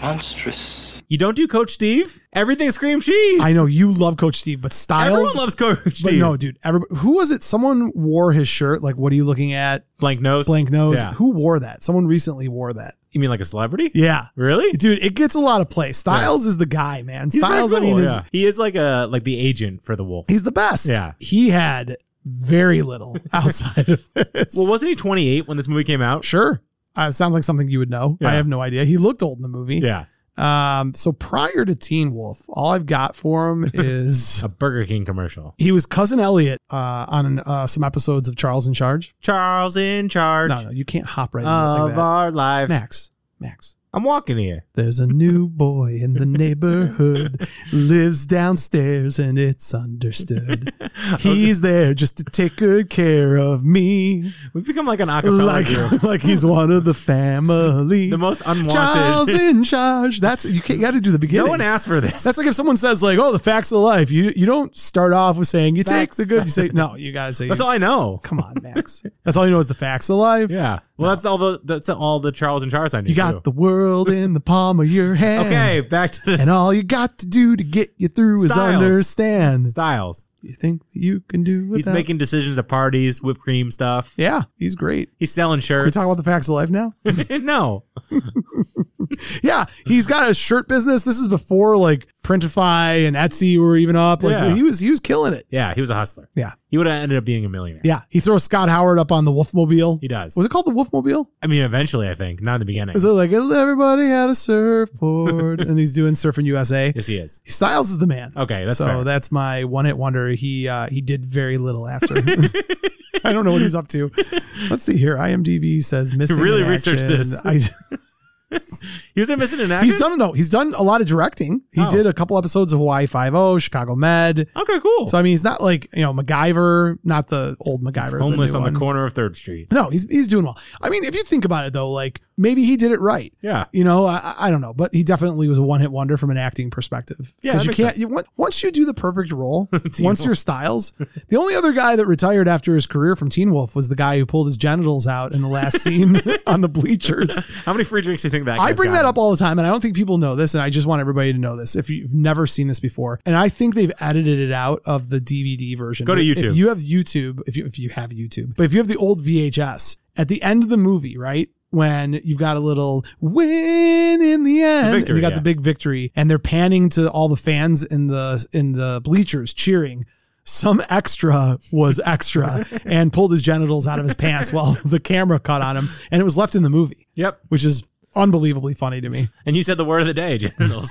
[SPEAKER 7] monstrous.
[SPEAKER 6] You don't do Coach Steve? Everything screams cheese.
[SPEAKER 1] I know you love Coach Steve, but Styles.
[SPEAKER 6] Everyone loves Coach
[SPEAKER 1] But
[SPEAKER 6] Steve.
[SPEAKER 1] no, dude. Everybody, who was it? Someone wore his shirt. Like, what are you looking at?
[SPEAKER 6] Blank nose.
[SPEAKER 1] Blank nose.
[SPEAKER 6] Yeah.
[SPEAKER 1] Who wore that? Someone recently wore that.
[SPEAKER 6] You mean like a celebrity?
[SPEAKER 1] Yeah.
[SPEAKER 6] Really?
[SPEAKER 1] Dude, it gets a lot of play. Styles is the guy, man.
[SPEAKER 6] He's very
[SPEAKER 1] Styles, I
[SPEAKER 6] cool,
[SPEAKER 1] mean, is,
[SPEAKER 6] yeah. he is like a like the agent for the wolf.
[SPEAKER 1] he's the best.
[SPEAKER 6] Yeah.
[SPEAKER 1] He had very little outside of this.
[SPEAKER 6] Well, wasn't he 28 when this movie came out?
[SPEAKER 1] sure. Uh, sounds like something you would know.
[SPEAKER 6] Yeah.
[SPEAKER 1] I have no idea. He looked old in the movie.
[SPEAKER 6] Yeah,
[SPEAKER 1] Um, so prior to Teen Wolf, all I've got for him is
[SPEAKER 6] a Burger King commercial.
[SPEAKER 1] he was cousin Elliot uh, on uh, some episodes of Charles in Charge.
[SPEAKER 6] Charles in charge Uh,
[SPEAKER 1] No, no, you can't hop right in
[SPEAKER 6] of
[SPEAKER 1] like that.
[SPEAKER 6] our lives.
[SPEAKER 1] Max, Max.
[SPEAKER 6] I'm walking here.
[SPEAKER 1] There's a new boy in the neighborhood, lives downstairs, and it's understood. He's there just to take good care of me,
[SPEAKER 6] We've become like an acapella
[SPEAKER 1] like
[SPEAKER 6] group.
[SPEAKER 1] like he's one of the family.
[SPEAKER 6] The most unwanted.
[SPEAKER 1] Charles in charge. That's you. Can't, you got to do the beginning.
[SPEAKER 6] No one asked for this.
[SPEAKER 1] That's like if someone says like, "Oh, the facts of life." You you don't start off with saying you
[SPEAKER 6] Facts.
[SPEAKER 1] take the good. You say no. You gotta say
[SPEAKER 6] That's all I know.
[SPEAKER 1] Come on, Max. That's all you know is the facts of life.
[SPEAKER 6] Yeah. Well, that's all the that's all the Charles in charge I knew.
[SPEAKER 1] You got the
[SPEAKER 6] too.
[SPEAKER 1] world in the palm of your hand.
[SPEAKER 6] okay. Back to the
[SPEAKER 1] And all you got to do to get you through
[SPEAKER 6] Styles.
[SPEAKER 1] is understand.
[SPEAKER 6] styles.
[SPEAKER 1] You think that you can do
[SPEAKER 6] He's
[SPEAKER 1] without?
[SPEAKER 6] making decisions at parties, whipped cream stuff.
[SPEAKER 1] yeah, he's great.
[SPEAKER 6] He's selling
[SPEAKER 1] We
[SPEAKER 6] shirts.
[SPEAKER 1] talking about the facts of life now?
[SPEAKER 6] no.
[SPEAKER 1] yeah, he's got a shirt business. This is before like Printify and Etsy were even up. Like
[SPEAKER 6] Yeah.
[SPEAKER 1] he was, he was killing it.
[SPEAKER 6] Yeah, he was a hustler.
[SPEAKER 1] Yeah.
[SPEAKER 6] He would have ended up being a millionaire.
[SPEAKER 1] Yeah, he throws Scott Howard up on the Wolfmobile.
[SPEAKER 6] He does.
[SPEAKER 1] Was it called the Wolfmobile?
[SPEAKER 6] I mean, eventually, I think not in the beginning.
[SPEAKER 1] Is it like everybody had a surfboard and he's doing surfing USA?
[SPEAKER 6] yes, he is.
[SPEAKER 1] Styles is the man.
[SPEAKER 6] Okay, that's
[SPEAKER 1] so
[SPEAKER 6] fair.
[SPEAKER 1] that's my one hit wonder. He uh, he did very little after. I don't know what he's up to. Let's see here. IMDb says missing.
[SPEAKER 6] really
[SPEAKER 1] in
[SPEAKER 6] researched
[SPEAKER 1] action.
[SPEAKER 6] this.
[SPEAKER 1] I,
[SPEAKER 6] He was in missing in action.
[SPEAKER 1] he's done no. He's done a lot of directing. He
[SPEAKER 6] Oh.
[SPEAKER 1] did a couple episodes of Hawaii Five O, Chicago Med.
[SPEAKER 6] Okay, cool.
[SPEAKER 1] So I mean, he's not like you know MacGyver, not the old MacGyver, the
[SPEAKER 6] homeless
[SPEAKER 1] new
[SPEAKER 6] on the
[SPEAKER 1] one.
[SPEAKER 6] corner of Third Street.
[SPEAKER 1] No, he's he's doing well. I mean, if you think about it though, like maybe he did it right.
[SPEAKER 6] Yeah.
[SPEAKER 1] You know, I, I- I don't know, but he definitely was a one hit wonder from an acting perspective.
[SPEAKER 6] Yeah,
[SPEAKER 1] 'Cause
[SPEAKER 6] that
[SPEAKER 1] you
[SPEAKER 6] makes
[SPEAKER 1] can't.
[SPEAKER 6] sense.
[SPEAKER 1] You, on- once you do the perfect role,
[SPEAKER 6] Teen
[SPEAKER 1] once
[SPEAKER 6] Wolf.
[SPEAKER 1] your styles, the only other guy that retired after his career from Teen Wolf was the guy who pulled his genitals out in the last scene on the bleachers.
[SPEAKER 6] How many free drinks do you think that?
[SPEAKER 1] I
[SPEAKER 6] guy's
[SPEAKER 1] bring that
[SPEAKER 6] gotten?
[SPEAKER 1] up all the time, and I don't think people know this, and I just want everybody to know this. If you've never seen this before, and I think they've edited it out of the DVD version.
[SPEAKER 6] Go to
[SPEAKER 1] If-
[SPEAKER 6] YouTube.
[SPEAKER 1] If you have YouTube, if you if you have YouTube, but if you have the old VHS, at the end of the movie, right when you've got a little win in the end, and
[SPEAKER 6] victory,
[SPEAKER 1] you got
[SPEAKER 6] yeah.
[SPEAKER 1] the big victory, and they're panning to all the fans in the in the bleachers cheering. Some extra was extra and pulled his genitals out of his pants while the camera caught on him, and it was left in the movie
[SPEAKER 6] Yep.
[SPEAKER 1] which is unbelievably funny to me.
[SPEAKER 6] And you said the word of the day, genitals,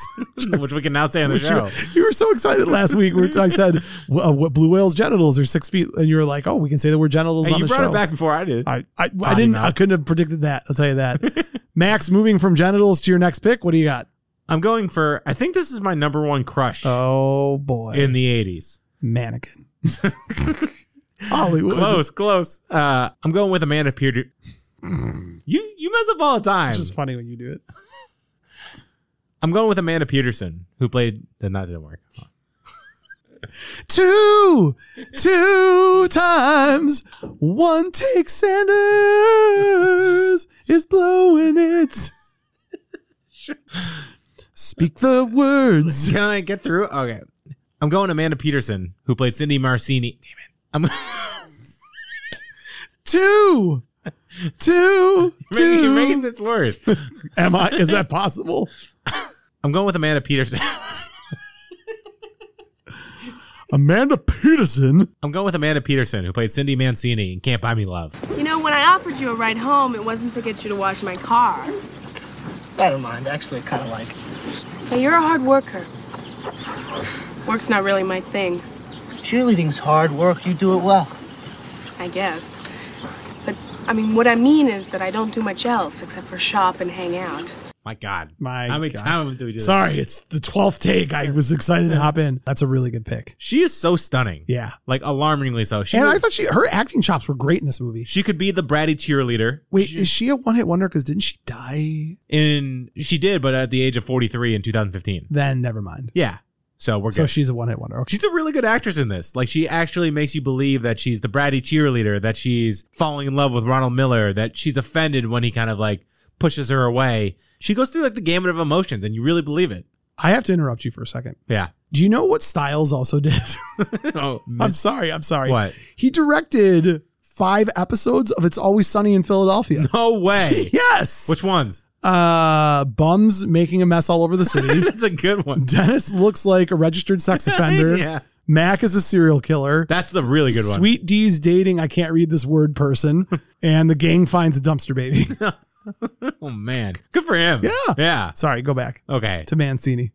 [SPEAKER 6] which we can now say on the show.
[SPEAKER 1] You were so excited last week where I said, "Wh- uh, "What blue whales' genitals are six feet," and you were like, "Oh, we can say the word genitals
[SPEAKER 6] Hey,
[SPEAKER 1] on
[SPEAKER 6] you
[SPEAKER 1] the
[SPEAKER 6] brought
[SPEAKER 1] show."
[SPEAKER 6] it back before I did.
[SPEAKER 1] I, I, I didn't.
[SPEAKER 6] mouth.
[SPEAKER 1] I couldn't have predicted that. I'll tell you that. Max, moving from genitals to your next pick. What do you got?
[SPEAKER 6] I'm going for. I think this is my number one crush
[SPEAKER 1] Oh boy,
[SPEAKER 6] in the '80s.
[SPEAKER 1] mannequin. Hollywood.
[SPEAKER 6] Close, close. Uh, I'm going with Amanda Peter. you you mess up all the time.
[SPEAKER 1] It's just funny when you do it.
[SPEAKER 6] I'm going with Amanda Peterson, who played. Then that didn't work.
[SPEAKER 1] Two, two times. One take Sanders is blowing it. Speak the words.
[SPEAKER 6] Can I get through? Okay. I'm going Amanda Peterson, who played Cindy Marcini. Damn it. I'm
[SPEAKER 1] Two, two,
[SPEAKER 6] making, you're
[SPEAKER 1] two.
[SPEAKER 6] making this worse.
[SPEAKER 1] Am I? Is that possible?
[SPEAKER 6] I'm going with Amanda Peterson.
[SPEAKER 1] Amanda Peterson.
[SPEAKER 6] I'm going with Amanda Peterson, who played Cindy Mancini in Can't Buy Me Love.
[SPEAKER 8] You know, when I offered you a ride home, it wasn't to get you to wash my car.
[SPEAKER 3] I don't mind. Actually, I kind of like it.
[SPEAKER 8] Now, you're a hard worker. Work's not really my thing,
[SPEAKER 3] Cheerleading's hard work. You do it well.
[SPEAKER 8] I guess. But, I mean, what I mean is that I don't do much else except for shop and hang out.
[SPEAKER 6] My God.
[SPEAKER 1] My
[SPEAKER 6] How many
[SPEAKER 1] God.
[SPEAKER 6] times do we do that?
[SPEAKER 1] Sorry, it's the 12th take. I was excited to hop in. That's a really good pick.
[SPEAKER 6] She is so stunning.
[SPEAKER 1] Yeah.
[SPEAKER 6] Like alarmingly so. She
[SPEAKER 1] And
[SPEAKER 6] was-
[SPEAKER 1] I thought she her acting chops were great in this movie.
[SPEAKER 6] she could be the bratty cheerleader.
[SPEAKER 1] Wait, is she a one hit wonder? Because didn't she die?
[SPEAKER 6] In she did, but at the age of 43 in 2015.
[SPEAKER 1] Then never mind.
[SPEAKER 6] Yeah. So we're good.
[SPEAKER 1] So she's a one hit wonder. Okay.
[SPEAKER 6] She's a really good actress in this. Like she actually makes you believe that she's the bratty cheerleader, that she's falling in love with Ronald Miller, that she's offended when he kind of like pushes her away. She goes through like the gamut of emotions and you really believe it.
[SPEAKER 1] I have to interrupt you for a second.
[SPEAKER 6] Yeah.
[SPEAKER 1] Do you know what Styles also did?
[SPEAKER 6] oh,
[SPEAKER 1] I'm sorry. I'm sorry.
[SPEAKER 6] What?
[SPEAKER 1] He directed five episodes of It's Always Sunny in Philadelphia.
[SPEAKER 6] no way.
[SPEAKER 1] Yes.
[SPEAKER 6] Which ones?
[SPEAKER 1] Uh, bums making a mess all over the city.
[SPEAKER 6] That's a good one.
[SPEAKER 1] Dennis looks like a registered sex offender.
[SPEAKER 6] yeah.
[SPEAKER 1] Mac is a serial killer.
[SPEAKER 6] That's the really good one.
[SPEAKER 1] Sweet D's dating I can't read this word person. and the gang finds a dumpster baby.
[SPEAKER 6] Oh man. Good for him.
[SPEAKER 1] Yeah.
[SPEAKER 6] Yeah.
[SPEAKER 1] sorry, go back
[SPEAKER 6] Okay.
[SPEAKER 1] to Mancini.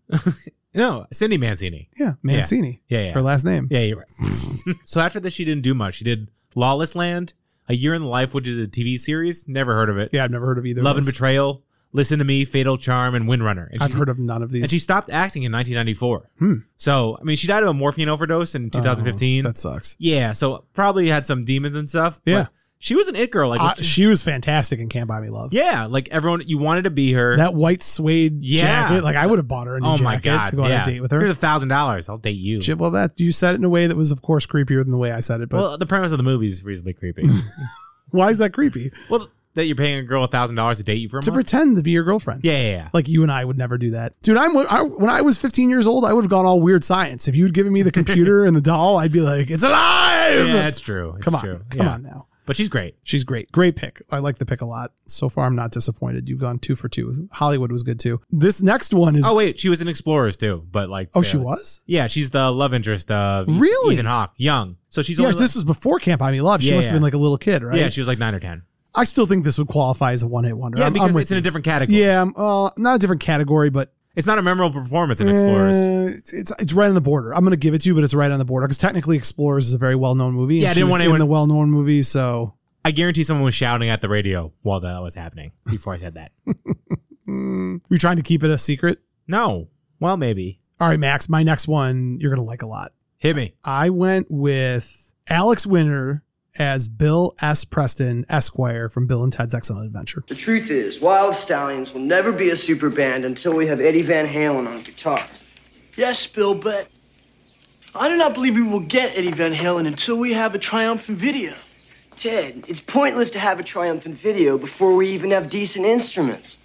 [SPEAKER 6] No, Cindy Mancini.
[SPEAKER 1] Yeah, Mancini.
[SPEAKER 6] Yeah, yeah.
[SPEAKER 1] Her last name.
[SPEAKER 6] Yeah, you're right. so after this, she didn't do much. She did Lawless Land, A Year in the Life, which is a TV series. Never heard of it.
[SPEAKER 1] Yeah, I've never heard of either.
[SPEAKER 6] Love
[SPEAKER 1] of
[SPEAKER 6] and
[SPEAKER 1] those.
[SPEAKER 6] Betrayal, Listen to Me, Fatal Charm, and Windrunner. And
[SPEAKER 1] I've
[SPEAKER 6] she's-
[SPEAKER 1] heard Hmm. of none of these.
[SPEAKER 6] And she stopped acting in 1994. So I mean, she died of a morphine overdose
[SPEAKER 1] Oh,
[SPEAKER 6] in 2015.
[SPEAKER 1] that sucks.
[SPEAKER 6] yeah, so probably had some demons and stuff. but
[SPEAKER 1] Yeah.
[SPEAKER 6] she was an it girl. Like,
[SPEAKER 1] Uh, she was fantastic in Can't Buy Me Love.
[SPEAKER 6] yeah, like everyone, you wanted to be her.
[SPEAKER 1] That white suede
[SPEAKER 6] Yeah.
[SPEAKER 1] jacket, like I would have bought her a new
[SPEAKER 6] oh
[SPEAKER 1] jacket
[SPEAKER 6] my god,
[SPEAKER 1] to go on
[SPEAKER 6] yeah.
[SPEAKER 1] a date with her.
[SPEAKER 6] Here's a thousand dollars. I'll date you.
[SPEAKER 1] Shit, well, that you said it in a way that was, of course, creepier than the way I said it. But
[SPEAKER 6] well, the premise of the movie is reasonably creepy.
[SPEAKER 1] why is that creepy?
[SPEAKER 6] well, that you're paying a girl a thousand dollars to date you for a
[SPEAKER 1] To
[SPEAKER 6] month.
[SPEAKER 1] pretend to be your girlfriend.
[SPEAKER 6] yeah, yeah, yeah.
[SPEAKER 1] Like you and I would never do that, dude. I'm I, when I was 15 years old, I would have gone all weird science. If you'd given me the computer and the doll, I'd be like, "It's alive!"
[SPEAKER 6] Yeah, that's true. It's
[SPEAKER 1] come on,
[SPEAKER 6] true.
[SPEAKER 1] come
[SPEAKER 6] Yeah.
[SPEAKER 1] on now.
[SPEAKER 6] But she's great.
[SPEAKER 1] She's great. Great pick. I like the pick a lot. So far, I'm not disappointed. You've gone two for two. Hollywood was good too. This next one is.
[SPEAKER 6] Oh wait, she was in Explorers too, but like
[SPEAKER 1] oh, she
[SPEAKER 6] barely.
[SPEAKER 1] was.
[SPEAKER 6] Yeah, she's the love interest uh, of
[SPEAKER 1] Really?
[SPEAKER 6] Ethan Hawke, young. So she's
[SPEAKER 1] Yeah,
[SPEAKER 6] only
[SPEAKER 1] this was before Camp I Me Love. She
[SPEAKER 6] Yeah,
[SPEAKER 1] must have
[SPEAKER 6] yeah.
[SPEAKER 1] been like a little kid, right?
[SPEAKER 6] yeah, she was like nine or ten.
[SPEAKER 1] I still think this would qualify as a one-hit wonder.
[SPEAKER 6] Yeah,
[SPEAKER 1] I'm- I'm
[SPEAKER 6] because
[SPEAKER 1] with
[SPEAKER 6] it's in
[SPEAKER 1] you.
[SPEAKER 6] a different category.
[SPEAKER 1] Yeah, I'm, uh, not a different category, but
[SPEAKER 6] it's not a memorable performance in Explorers.
[SPEAKER 1] Uh, it's, it's it's right on the border. I'm gonna give it to you, but it's right on the border because technically Explorers is a very well known movie. and
[SPEAKER 6] Yeah, I
[SPEAKER 1] she
[SPEAKER 6] didn't
[SPEAKER 1] was
[SPEAKER 6] want
[SPEAKER 1] in
[SPEAKER 6] anyone-
[SPEAKER 1] the well known movie, so
[SPEAKER 6] I guarantee someone was shouting at the radio while that was happening before I said that.
[SPEAKER 1] we're trying to keep it a secret.
[SPEAKER 6] No, well maybe
[SPEAKER 1] All right, Max, my next one you're gonna like a lot.
[SPEAKER 6] hit me.
[SPEAKER 1] I went with Alex Winter as Bill S. Preston Esquire from Bill and Ted's Excellent Adventure.
[SPEAKER 9] The truth is, Wild Stallions will never be a super band until we have Eddie Van Halen on guitar.
[SPEAKER 10] Yes, Bill, but I do not believe we will get Eddie Van Halen until we have a triumphant video.
[SPEAKER 9] Ted, it's pointless to have a triumphant video before we even have decent instruments.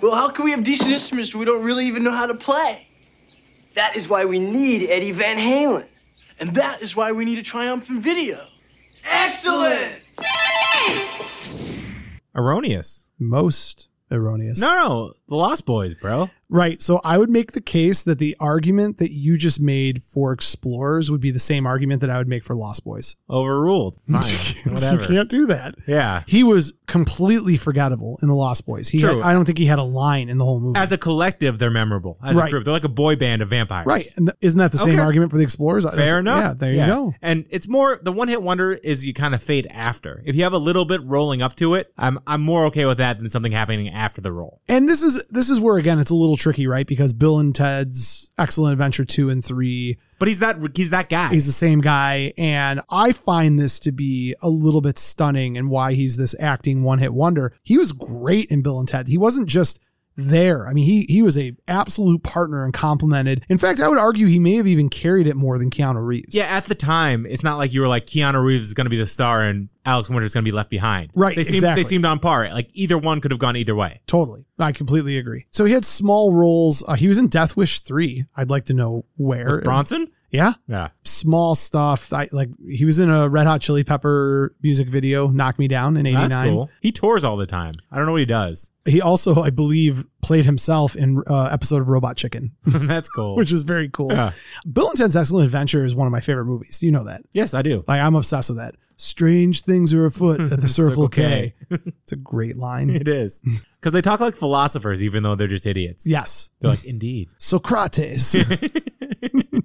[SPEAKER 10] Well, how can we have decent instruments if we don't really even know how to play?
[SPEAKER 9] That is why we need Eddie Van Halen.
[SPEAKER 10] And that is why we need a triumphant video. Excellent!
[SPEAKER 6] Erroneous.
[SPEAKER 1] Most erroneous.
[SPEAKER 6] No, no, the Lost Boys, bro.
[SPEAKER 1] Right. So I would make the case that the argument that you just made for Explorers would be the same argument that I would make for Lost Boys.
[SPEAKER 6] Overruled. Fine,
[SPEAKER 1] You
[SPEAKER 6] whatever.
[SPEAKER 1] can't do that.
[SPEAKER 6] Yeah.
[SPEAKER 1] He was completely forgettable in The Lost Boys. He
[SPEAKER 6] True.
[SPEAKER 1] I don't think he had a line in the whole movie.
[SPEAKER 6] As a collective, they're memorable. As a
[SPEAKER 1] Right.
[SPEAKER 6] group, they're like a boy band of vampires.
[SPEAKER 1] right. And th- isn't that the same
[SPEAKER 6] Okay.
[SPEAKER 1] argument for The Explorers? That's-
[SPEAKER 6] Fair enough.
[SPEAKER 1] Yeah, there you go.
[SPEAKER 6] And it's more the one hit wonder is you kind of fade after. If you have a little bit rolling up to it, I'm I'm more okay with that than something happening after the roll.
[SPEAKER 1] And this is this is where again it's a little tricky, right? Because Bill and Ted's Excellent Adventure 2 and 3
[SPEAKER 6] But he's that he's that guy.
[SPEAKER 1] He's the same guy. And I find this to be a little bit stunning and why he's this acting one hit wonder. He was great in Bill and Ted. He wasn't just there. I mean, he he was a absolute partner and complimented. In fact, I would argue he may have even carried it more than Keanu Reeves.
[SPEAKER 6] yeah, at the time, it's not like you were like Keanu Reeves is going to be the star and Alex Winter is going to be left behind.
[SPEAKER 1] Right,
[SPEAKER 6] They seemed
[SPEAKER 1] exactly.
[SPEAKER 6] they seemed on par. Like either one could have gone either way.
[SPEAKER 1] Totally. I completely agree. So he had small roles. Uh, he was in Death Wish 3. I'd like to know where.
[SPEAKER 6] Bronson?
[SPEAKER 1] Yeah.
[SPEAKER 6] Yeah.
[SPEAKER 1] Small stuff. I like he was in a Red Hot Chili Pepper music video, Knock Me Down in 89.
[SPEAKER 6] That's cool. He tours all the time. I don't know what he does.
[SPEAKER 1] He also, I believe, played himself in uh, episode of Robot Chicken,
[SPEAKER 6] That's cool.
[SPEAKER 1] which is very cool.
[SPEAKER 6] Yeah.
[SPEAKER 1] Bill and Ted's Excellent Adventure is one of my favorite movies. You know that.
[SPEAKER 6] yes, I do.
[SPEAKER 1] Like I'm obsessed with that. Strange things are afoot at the Circle,
[SPEAKER 6] Circle
[SPEAKER 1] K.
[SPEAKER 6] K.
[SPEAKER 1] it's a great line.
[SPEAKER 6] It is. Because they talk like philosophers, even though they're just idiots.
[SPEAKER 1] Yes.
[SPEAKER 6] They're like, indeed.
[SPEAKER 1] Socrates.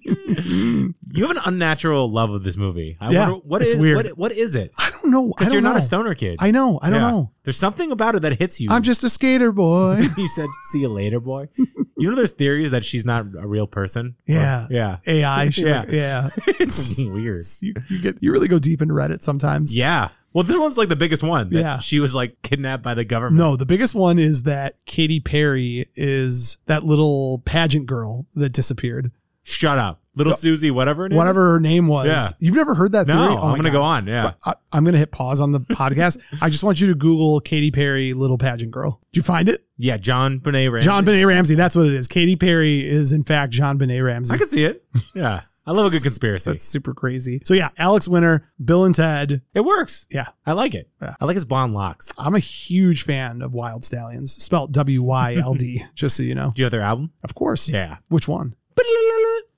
[SPEAKER 6] You have an unnatural love of this movie. I
[SPEAKER 1] Yeah,
[SPEAKER 6] wonder what
[SPEAKER 1] it's
[SPEAKER 6] is-
[SPEAKER 1] weird.
[SPEAKER 6] what- what is it?
[SPEAKER 1] I don't know. I
[SPEAKER 6] Because
[SPEAKER 1] don't
[SPEAKER 6] you're
[SPEAKER 1] know.
[SPEAKER 6] not a stoner kid.
[SPEAKER 1] I know. I don't
[SPEAKER 6] Yeah.
[SPEAKER 1] know.
[SPEAKER 6] There's something about it that hits you.
[SPEAKER 1] I'm just a skater boy.
[SPEAKER 6] you said, see you later, boy. you know, there's theories that she's not a real person.
[SPEAKER 1] Yeah.
[SPEAKER 6] Or- yeah.
[SPEAKER 1] AI. She's
[SPEAKER 6] Yeah.
[SPEAKER 1] like, yeah.
[SPEAKER 6] it's weird.
[SPEAKER 1] You, you get you really go deep into Reddit sometimes.
[SPEAKER 6] Yeah. Well, this one's like the biggest one. that
[SPEAKER 1] Yeah.
[SPEAKER 6] She was like kidnapped by the government.
[SPEAKER 1] No, the biggest one is that Katy Perry is that little pageant girl that disappeared.
[SPEAKER 6] Shut up. Little Susie, whatever it is.
[SPEAKER 1] Whatever her name was.
[SPEAKER 6] Yeah.
[SPEAKER 1] You've never heard that
[SPEAKER 6] No,
[SPEAKER 1] theory? Oh
[SPEAKER 6] I'm going to go on. Yeah.
[SPEAKER 1] I, I'm going to hit pause on the podcast. I just want you to Google Katy Perry little pageant girl. Did you find it?
[SPEAKER 6] Yeah. John Bonet Ramsey.
[SPEAKER 1] John Benet Ramsey. That's what it is. Katy Perry is in fact John Benet Ramsey.
[SPEAKER 6] I can see it. Yeah. I love a good conspiracy.
[SPEAKER 1] That's super crazy. So yeah, Alex Winter, Bill and Ted.
[SPEAKER 6] it works.
[SPEAKER 1] Yeah.
[SPEAKER 6] I like it.
[SPEAKER 1] Yeah.
[SPEAKER 6] I like his blonde locks.
[SPEAKER 1] I'm a huge fan of Wild Stallions, spelt W Y L D, just so you know.
[SPEAKER 6] Do you have their album?
[SPEAKER 1] Of course.
[SPEAKER 6] Yeah.
[SPEAKER 1] Which one?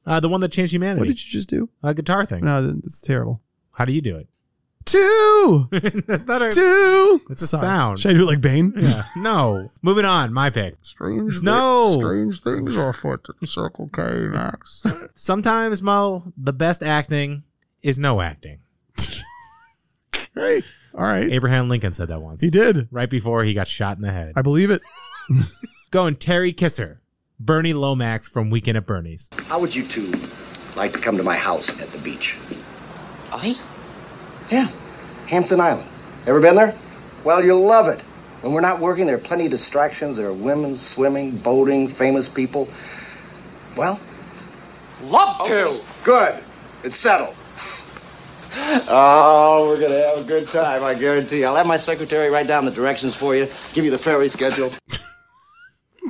[SPEAKER 6] Uh, the one that changed humanity.
[SPEAKER 1] What did you just do?
[SPEAKER 6] a guitar thing.
[SPEAKER 1] No, th- that's terrible.
[SPEAKER 6] How do you do it?
[SPEAKER 1] Two,
[SPEAKER 6] That's not a.
[SPEAKER 1] two.
[SPEAKER 6] It's a sound.
[SPEAKER 1] Should I do it like Bane?
[SPEAKER 6] Yeah. No. Moving on. My pick.
[SPEAKER 11] Strange,
[SPEAKER 6] No.
[SPEAKER 11] strange things are afoot at the Circle K Max.
[SPEAKER 6] Sometimes, Mo, the best acting is no acting.
[SPEAKER 1] Great. All right.
[SPEAKER 6] Abraham Lincoln said that once.
[SPEAKER 1] He did.
[SPEAKER 6] Right before he got shot in the head.
[SPEAKER 1] I believe it.
[SPEAKER 6] Going Terry Kisser, Bernie Lomax from Weekend at Bernie's.
[SPEAKER 5] How would you two like to come to my house at the beach?
[SPEAKER 9] Us?
[SPEAKER 5] Yeah. Hampton Island. Ever been there? Well, you'll love it. When we're not working, there are plenty of distractions. There are women swimming, boating, famous people. Well, love to. Good. It's settled. Oh, we're gonna have a good time, I guarantee. I'll have my secretary write down the directions for you, give you the ferry schedule.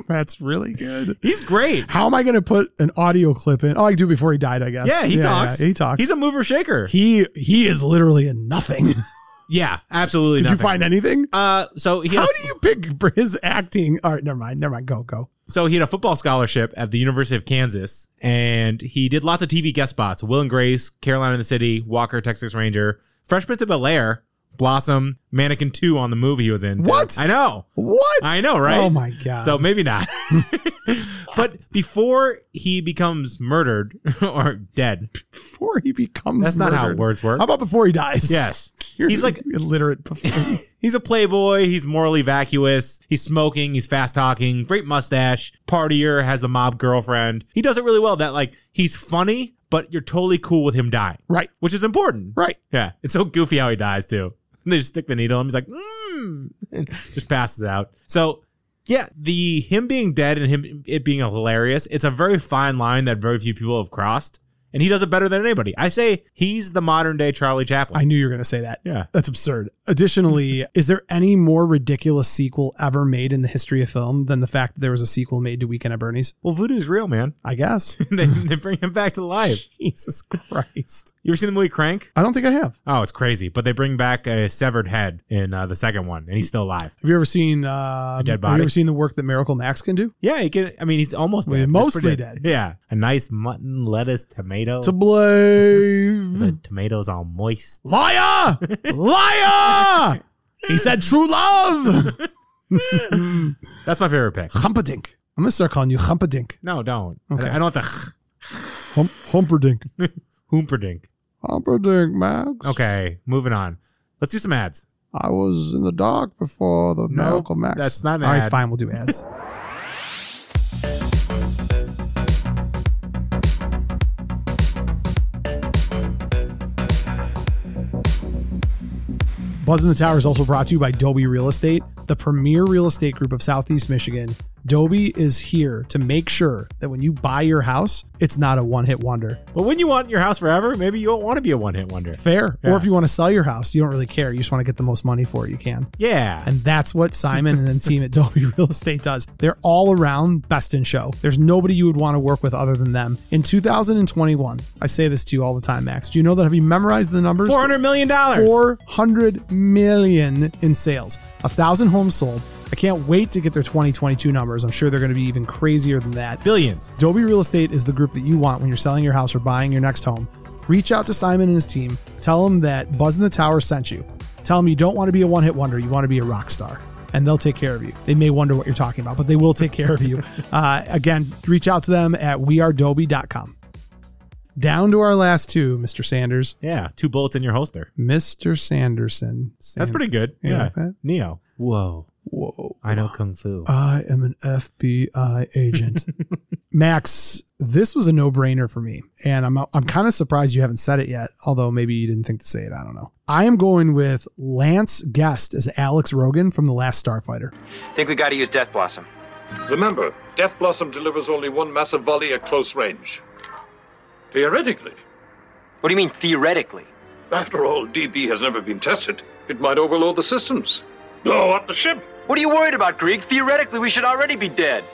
[SPEAKER 1] That's really good.
[SPEAKER 6] He's great.
[SPEAKER 1] How am I going to put an audio clip in? Oh, I can do it before he died, I guess.
[SPEAKER 6] Yeah, he talks.
[SPEAKER 1] yeah, he talks.
[SPEAKER 6] He's a mover shaker.
[SPEAKER 1] he he is literally in nothing. Did
[SPEAKER 6] yeah, absolutely.
[SPEAKER 1] you
[SPEAKER 6] nothing.
[SPEAKER 1] find anything?
[SPEAKER 6] Uh, so he had
[SPEAKER 1] How
[SPEAKER 6] a-
[SPEAKER 1] do you pick for his acting? All right, never mind. Never mind. Go go.
[SPEAKER 6] so he had a football scholarship at the University of Kansas, and he did lots of TV guest spots: Will and Grace, Carolina in the City, Walker, Texas Ranger, Fresh Prince of Bel Air, Blossom, Mannequin Two on the movie he was in.
[SPEAKER 1] What?
[SPEAKER 6] I know.
[SPEAKER 1] What?
[SPEAKER 6] I know, right?
[SPEAKER 1] Oh my god.
[SPEAKER 6] So maybe not. but before he becomes murdered or dead,
[SPEAKER 1] before he becomes
[SPEAKER 6] That's not how
[SPEAKER 1] murdered.
[SPEAKER 6] words work.
[SPEAKER 1] How about before he dies?
[SPEAKER 6] yes,
[SPEAKER 1] You're
[SPEAKER 6] he's like
[SPEAKER 1] illiterate. Before.
[SPEAKER 6] he's a playboy. He's morally vacuous. He's smoking. He's fast talking. Great mustache. Partier has the mob girlfriend. He does it really well. That like he's funny, but you're totally cool with him dying,
[SPEAKER 1] right.
[SPEAKER 6] which is important.
[SPEAKER 1] Right.
[SPEAKER 6] Yeah, it's so goofy how he dies too. And they just stick the needle. in him. He's like, mm, and just passes out. So yeah, the him being dead and him it being hilarious. It's a very fine line that very few people have crossed, and he does it better than anybody. I say he's the modern day Charlie Chaplin.
[SPEAKER 1] I knew you were going to say that.
[SPEAKER 6] yeah.
[SPEAKER 1] That's absurd. Additionally, is there any more ridiculous sequel ever made in the history of film than the fact that there was a sequel made to Weekend at Bernie's?
[SPEAKER 6] Well, voodoo's real, man.
[SPEAKER 1] I guess.
[SPEAKER 6] they, they bring him back to life.
[SPEAKER 1] Jesus Christ.
[SPEAKER 6] You ever seen the movie Crank?
[SPEAKER 1] I don't think I have.
[SPEAKER 6] Oh, it's crazy. But they bring back a severed head in uh, the second one, and he's still alive.
[SPEAKER 1] Have you ever seen uh,
[SPEAKER 6] dead
[SPEAKER 1] Have
[SPEAKER 6] body?
[SPEAKER 1] you ever seen the work that Miracle Max can do?
[SPEAKER 6] Yeah, he can. I mean, he's almost
[SPEAKER 1] Well,
[SPEAKER 6] dead. He's
[SPEAKER 1] mostly
[SPEAKER 6] pretty
[SPEAKER 1] dead.
[SPEAKER 6] Yeah, a nice mutton, lettuce, tomato.
[SPEAKER 1] To blame.
[SPEAKER 6] the tomatoes all moist.
[SPEAKER 1] Liar! Liar! He said true love.
[SPEAKER 6] That's my favorite pick.
[SPEAKER 1] Humpadink. I'm gonna start calling you Humpadink.
[SPEAKER 6] No, don't.
[SPEAKER 1] Okay.
[SPEAKER 6] I, I don't want the
[SPEAKER 1] Hum- Humperdink.
[SPEAKER 6] hoomperdink.
[SPEAKER 11] Humperdinck Max.
[SPEAKER 6] Okay, moving on. Let's do some ads.
[SPEAKER 11] I was in the dark before the
[SPEAKER 6] No,
[SPEAKER 11] Miracle Max.
[SPEAKER 6] That's not an
[SPEAKER 1] All
[SPEAKER 6] ad.
[SPEAKER 1] right, fine. We'll do ads. Buzz in the Tower is also brought to you by Dolby Real Estate, the premier real estate group of Southeast Michigan, Doby is here to make sure that when you buy your house, it's not a one hit wonder.
[SPEAKER 6] But when you want your house forever, maybe you don't want to be a one hit wonder.
[SPEAKER 1] Fair.
[SPEAKER 6] Yeah.
[SPEAKER 1] Or if you want to sell your house, you don't really care. You just want to get the most money for it you can.
[SPEAKER 6] Yeah.
[SPEAKER 1] And that's what Simon and the team at Dolby Real Estate does. They're all around best in show. There's nobody you would want to work with other than them. In 2021, I say this to you all the time, Max. Do you know that have you memorized the numbers?
[SPEAKER 6] $400 million.
[SPEAKER 1] $400 million in sales. A thousand homes sold. I can't wait to get their 2022 numbers. I'm sure they're going to be even crazier than that.
[SPEAKER 6] Billions.
[SPEAKER 1] Dolby Real Estate is the group that you want when you're selling your house or buying your next home. Reach out to Simon and his team. Tell them that Buzz in the Tower sent you. Tell them you don't want to be a one hit wonder, you want to be a rock star. And they'll take care of you. They may wonder what you're talking about, but they will take care of you. Uh, again, reach out to them at wearedoby.com. Down to our last two, Mr. Sanders.
[SPEAKER 6] Yeah. Two bullets in your holster.
[SPEAKER 1] Mr. Sanderson.
[SPEAKER 6] That's
[SPEAKER 1] Sand-
[SPEAKER 6] pretty good.
[SPEAKER 1] You
[SPEAKER 6] Yeah.
[SPEAKER 1] like that?
[SPEAKER 6] Neo. Whoa.
[SPEAKER 1] Whoa.
[SPEAKER 6] I know Kung Fu.
[SPEAKER 1] I am an FBI agent. Max, this was a no-brainer for me, and I'm I'm kind of surprised you haven't said it yet. Although maybe you didn't think to say it, I don't know. I am going with Lance Guest as Alex Rogan from The Last Starfighter.
[SPEAKER 12] Think we gotta use Death Blossom.
[SPEAKER 13] Remember, Death Blossom delivers only one massive volley at close range. Theoretically.
[SPEAKER 12] What do you mean, theoretically?
[SPEAKER 13] After all, DB has never been tested. It might overload the systems. Blow up the ship!
[SPEAKER 12] What are you worried about, Greek? Theoretically, we should already be dead.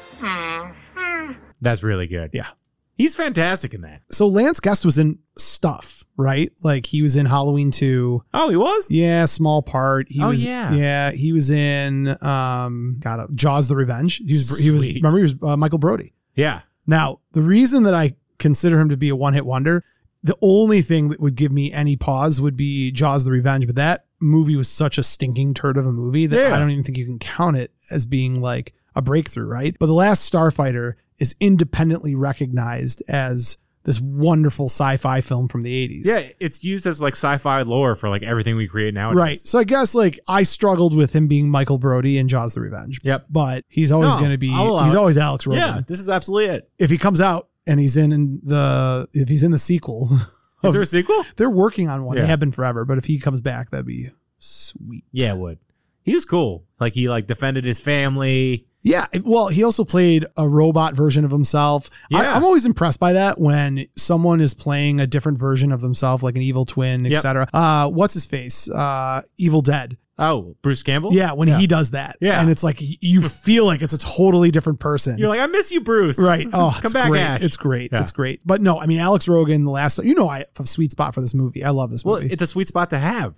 [SPEAKER 6] That's really good.
[SPEAKER 1] Yeah.
[SPEAKER 6] He's fantastic in that.
[SPEAKER 1] So Lance Guest was in stuff, right? Like he was in Halloween 2.
[SPEAKER 6] Oh, he was?
[SPEAKER 1] Yeah, small part. He
[SPEAKER 6] Oh,
[SPEAKER 1] was
[SPEAKER 6] yeah.
[SPEAKER 1] Yeah, he was in um got it, Jaws the Revenge. He was he was
[SPEAKER 6] Sweet.
[SPEAKER 1] remember he was uh, Michael Brody.
[SPEAKER 6] Yeah.
[SPEAKER 1] Now, the reason that I consider him to be a one hit wonder, the only thing that would give me any pause would be Jaws the Revenge, but that movie was such a stinking turd of a movie that
[SPEAKER 6] Yeah.
[SPEAKER 1] I don't even think you can count it as being like a breakthrough, right? But The Last Starfighter is independently recognized as this wonderful sci fi film from the 80s.
[SPEAKER 6] Yeah. It's used as like sci fi lore for like everything we create nowadays.
[SPEAKER 1] Right. So I guess like I struggled with him being Michael Brody in Jaws the Revenge.
[SPEAKER 6] Yep.
[SPEAKER 1] But he's always
[SPEAKER 6] No,
[SPEAKER 1] going to be,
[SPEAKER 6] I'll allow
[SPEAKER 1] he's
[SPEAKER 6] it.
[SPEAKER 1] always Alex Rogan
[SPEAKER 6] Yeah. This is absolutely it.
[SPEAKER 1] if he comes out and he's in, in the if he's in the sequel
[SPEAKER 6] Is there a sequel?
[SPEAKER 1] they're working on one
[SPEAKER 6] Yeah.
[SPEAKER 1] they have been forever but if he comes back that'd be sweet
[SPEAKER 6] Yeah, it would. He was cool. Like he like defended his family.
[SPEAKER 1] yeah it- well he also played a robot version of himself
[SPEAKER 6] Yeah.
[SPEAKER 1] I, i'm always impressed by that when someone is playing a different version of themselves like an evil twin
[SPEAKER 6] Yep.
[SPEAKER 1] etc uh what's his face uh evil dead
[SPEAKER 6] Oh, Bruce Campbell?
[SPEAKER 1] yeah when he does that
[SPEAKER 6] Yeah.
[SPEAKER 1] and it's like y- you feel like it's a totally different person
[SPEAKER 6] You're like, I miss you, Bruce.
[SPEAKER 1] Right. Oh,
[SPEAKER 6] come
[SPEAKER 1] it's
[SPEAKER 6] back,
[SPEAKER 1] great.
[SPEAKER 6] Ash.
[SPEAKER 1] It's great.
[SPEAKER 6] Yeah.
[SPEAKER 1] It's great. But no, I mean Alex Rogan. The last, you know, I have a sweet spot for this movie. I love this
[SPEAKER 6] Well,
[SPEAKER 1] movie.
[SPEAKER 6] it's a sweet spot to have.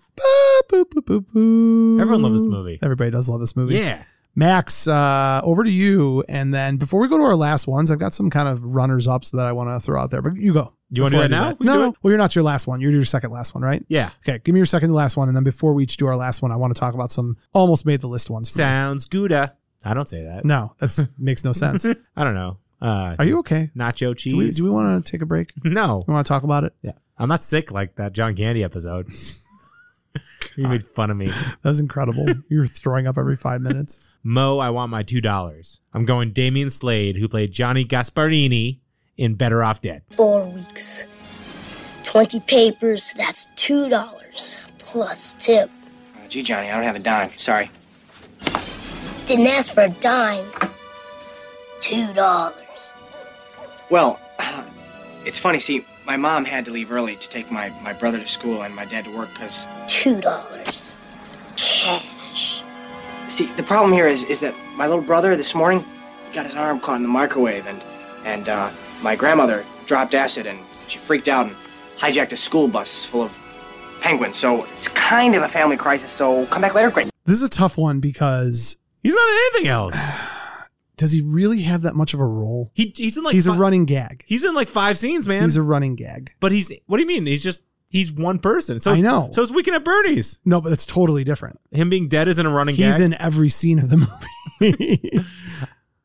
[SPEAKER 1] Everyone
[SPEAKER 6] loves this movie.
[SPEAKER 1] Everybody does love this movie.
[SPEAKER 6] Yeah.
[SPEAKER 1] Max, uh, over to you. And then before we go to our last ones, I've got some kind of runners ups that I want to throw out there. But you go.
[SPEAKER 6] You wanna do
[SPEAKER 1] Before I
[SPEAKER 6] that now? We can
[SPEAKER 1] No,
[SPEAKER 6] do
[SPEAKER 1] no. Well, you're not your last one. You're your second last one, right?
[SPEAKER 6] Yeah.
[SPEAKER 1] Okay. Give me your second to last one, and then before we each do our last one, I want to talk about some almost made the list ones. for me.
[SPEAKER 6] Sounds Gouda. I don't say that.
[SPEAKER 1] No, that makes no sense.
[SPEAKER 6] I don't know. Uh,
[SPEAKER 1] Are you okay?
[SPEAKER 6] Nacho cheese.
[SPEAKER 1] Do we, do we want to take a break?
[SPEAKER 6] no.
[SPEAKER 1] We want to talk about it?
[SPEAKER 6] Yeah. I'm not sick like that John Candy episode. you made fun of me.
[SPEAKER 1] That was incredible. You're throwing up every five minutes.
[SPEAKER 6] Mo, I want my two dollars. I'm going Damian Slade, who played Johnny Gasparini in Better Off Dead.
[SPEAKER 14] Four weeks. 20 papers, that's $2 plus tip.
[SPEAKER 9] Uh, Gee, Johnny, I don't have a dime. Sorry.
[SPEAKER 14] Didn't ask for a dime. $2.
[SPEAKER 9] Well, it's funny. See, my mom had to leave early to take my, my brother to school and my dad to work because.
[SPEAKER 14] $2. Cash.
[SPEAKER 9] See, the problem here is is that my little brother this morning he got his arm caught in the microwave and and uh, my grandmother dropped acid and she freaked out and hijacked a school bus full of penguins. So it's kind of a family crisis. So come back later, great.
[SPEAKER 1] This is a tough one because
[SPEAKER 6] He's not in anything else.
[SPEAKER 1] does he really have that much of a role?
[SPEAKER 6] He, he's in like
[SPEAKER 1] he's a
[SPEAKER 6] fi-
[SPEAKER 1] running gag.
[SPEAKER 6] He's in like five scenes, man.
[SPEAKER 1] He's a running gag.
[SPEAKER 6] but he's what do you mean? He's just he's one person. So
[SPEAKER 1] I know.
[SPEAKER 6] So it's Weekend at Bernie's.
[SPEAKER 1] No, but that's totally different.
[SPEAKER 6] Him being dead isn't a running
[SPEAKER 1] He's
[SPEAKER 6] gag.
[SPEAKER 1] in every scene of the movie.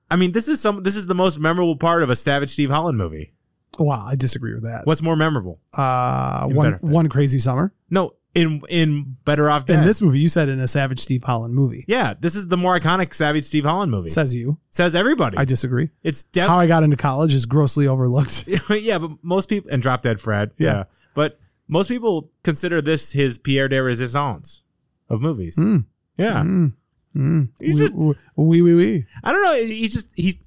[SPEAKER 6] I mean, this is some this is the most memorable part of a Savage Steve Holland movie.
[SPEAKER 1] Wow, I disagree with that.
[SPEAKER 6] What's more memorable?
[SPEAKER 1] Uh,
[SPEAKER 6] Even
[SPEAKER 1] one
[SPEAKER 6] better.
[SPEAKER 1] one crazy summer.
[SPEAKER 6] No, in in Better Off Dead.
[SPEAKER 1] In this movie, you said in a Savage Steve Holland movie.
[SPEAKER 6] yeah, this is the more iconic Savage Steve Holland movie.
[SPEAKER 1] Says you.
[SPEAKER 6] Says everybody.
[SPEAKER 1] I disagree.
[SPEAKER 6] it's dead.
[SPEAKER 1] How I got into college is grossly overlooked.
[SPEAKER 6] yeah, but most people and Drop Dead Fred.
[SPEAKER 1] Yeah.
[SPEAKER 6] but most people consider this his Pierre de Resistance of movies.
[SPEAKER 1] Mm.
[SPEAKER 6] Yeah,
[SPEAKER 1] Mm. Mm.
[SPEAKER 6] He's
[SPEAKER 1] Wee-
[SPEAKER 6] just-
[SPEAKER 1] wee- wee wee wee.
[SPEAKER 6] I don't know. He's just he's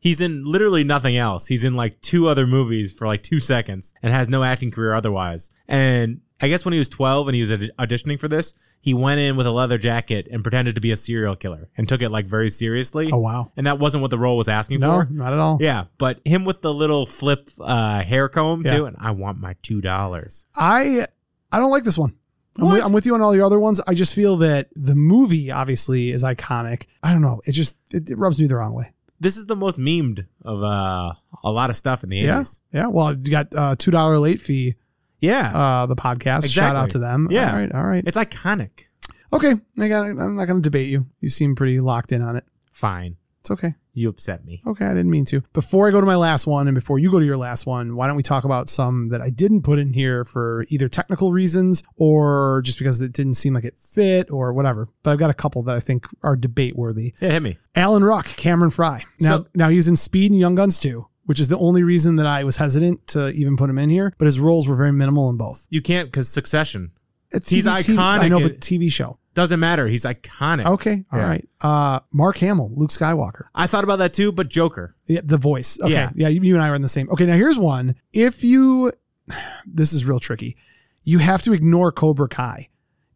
[SPEAKER 6] he's in literally nothing else. He's in like two other movies for like two seconds and has no acting career otherwise. And I guess when he was twelve and he was aud- auditioning for this, he went in with a leather jacket and pretended to be a serial killer and took it like very seriously.
[SPEAKER 1] Oh, wow.
[SPEAKER 6] And that wasn't what the role was asking
[SPEAKER 1] No,
[SPEAKER 6] for.
[SPEAKER 1] not at all.
[SPEAKER 6] Yeah, but him with the little flip uh, hair comb
[SPEAKER 1] Yeah.
[SPEAKER 6] too, and I want my two dollars.
[SPEAKER 1] I I don't like this one. I'm with, I'm with you on all your other ones. I just feel that the movie obviously is iconic. I don't know. It just it, it rubs me the wrong way.
[SPEAKER 6] This is the most memed of uh, a lot of stuff in the
[SPEAKER 1] Yeah,
[SPEAKER 6] eighties.
[SPEAKER 1] yeah. Well, you got uh, two dollar late fee.
[SPEAKER 6] Yeah,
[SPEAKER 1] uh, the podcast. Shout out
[SPEAKER 6] Exactly.
[SPEAKER 1] to them.
[SPEAKER 6] Yeah.
[SPEAKER 1] all right, all right.
[SPEAKER 6] It's iconic.
[SPEAKER 1] Okay, I got. I'm not going to debate you. You seem pretty locked in on it.
[SPEAKER 6] Fine.
[SPEAKER 1] It's okay.
[SPEAKER 6] You upset me.
[SPEAKER 1] Okay, I didn't mean to. Before I go to my last one and before you go to your last one, why don't we talk about some that I didn't put in here for either technical reasons or just because it didn't seem like it fit or whatever. But I've got a couple that I think are debate worthy.
[SPEAKER 6] Yeah, hit me.
[SPEAKER 1] Alan Ruck, Cameron Fry. Now,
[SPEAKER 6] So-
[SPEAKER 1] now he was in Speed and Young Guns too, which is the only reason that I was hesitant to even put him in here. But his roles were very minimal in both.
[SPEAKER 6] You can't because Succession.
[SPEAKER 1] It's
[SPEAKER 6] he's
[SPEAKER 1] TV
[SPEAKER 6] iconic.
[SPEAKER 1] I know, but
[SPEAKER 6] It
[SPEAKER 1] TV show.
[SPEAKER 6] doesn't matter. He's iconic.
[SPEAKER 1] Okay, all
[SPEAKER 6] Yeah.
[SPEAKER 1] right. Uh, Mark Hamill, Luke Skywalker.
[SPEAKER 6] I thought about that too, but Joker.
[SPEAKER 1] Yeah, the voice. Okay. Yeah.
[SPEAKER 6] Yeah.
[SPEAKER 1] you, you and I are in the same. Okay. Now here's one. If you, this is real tricky. You have to ignore Cobra Kai.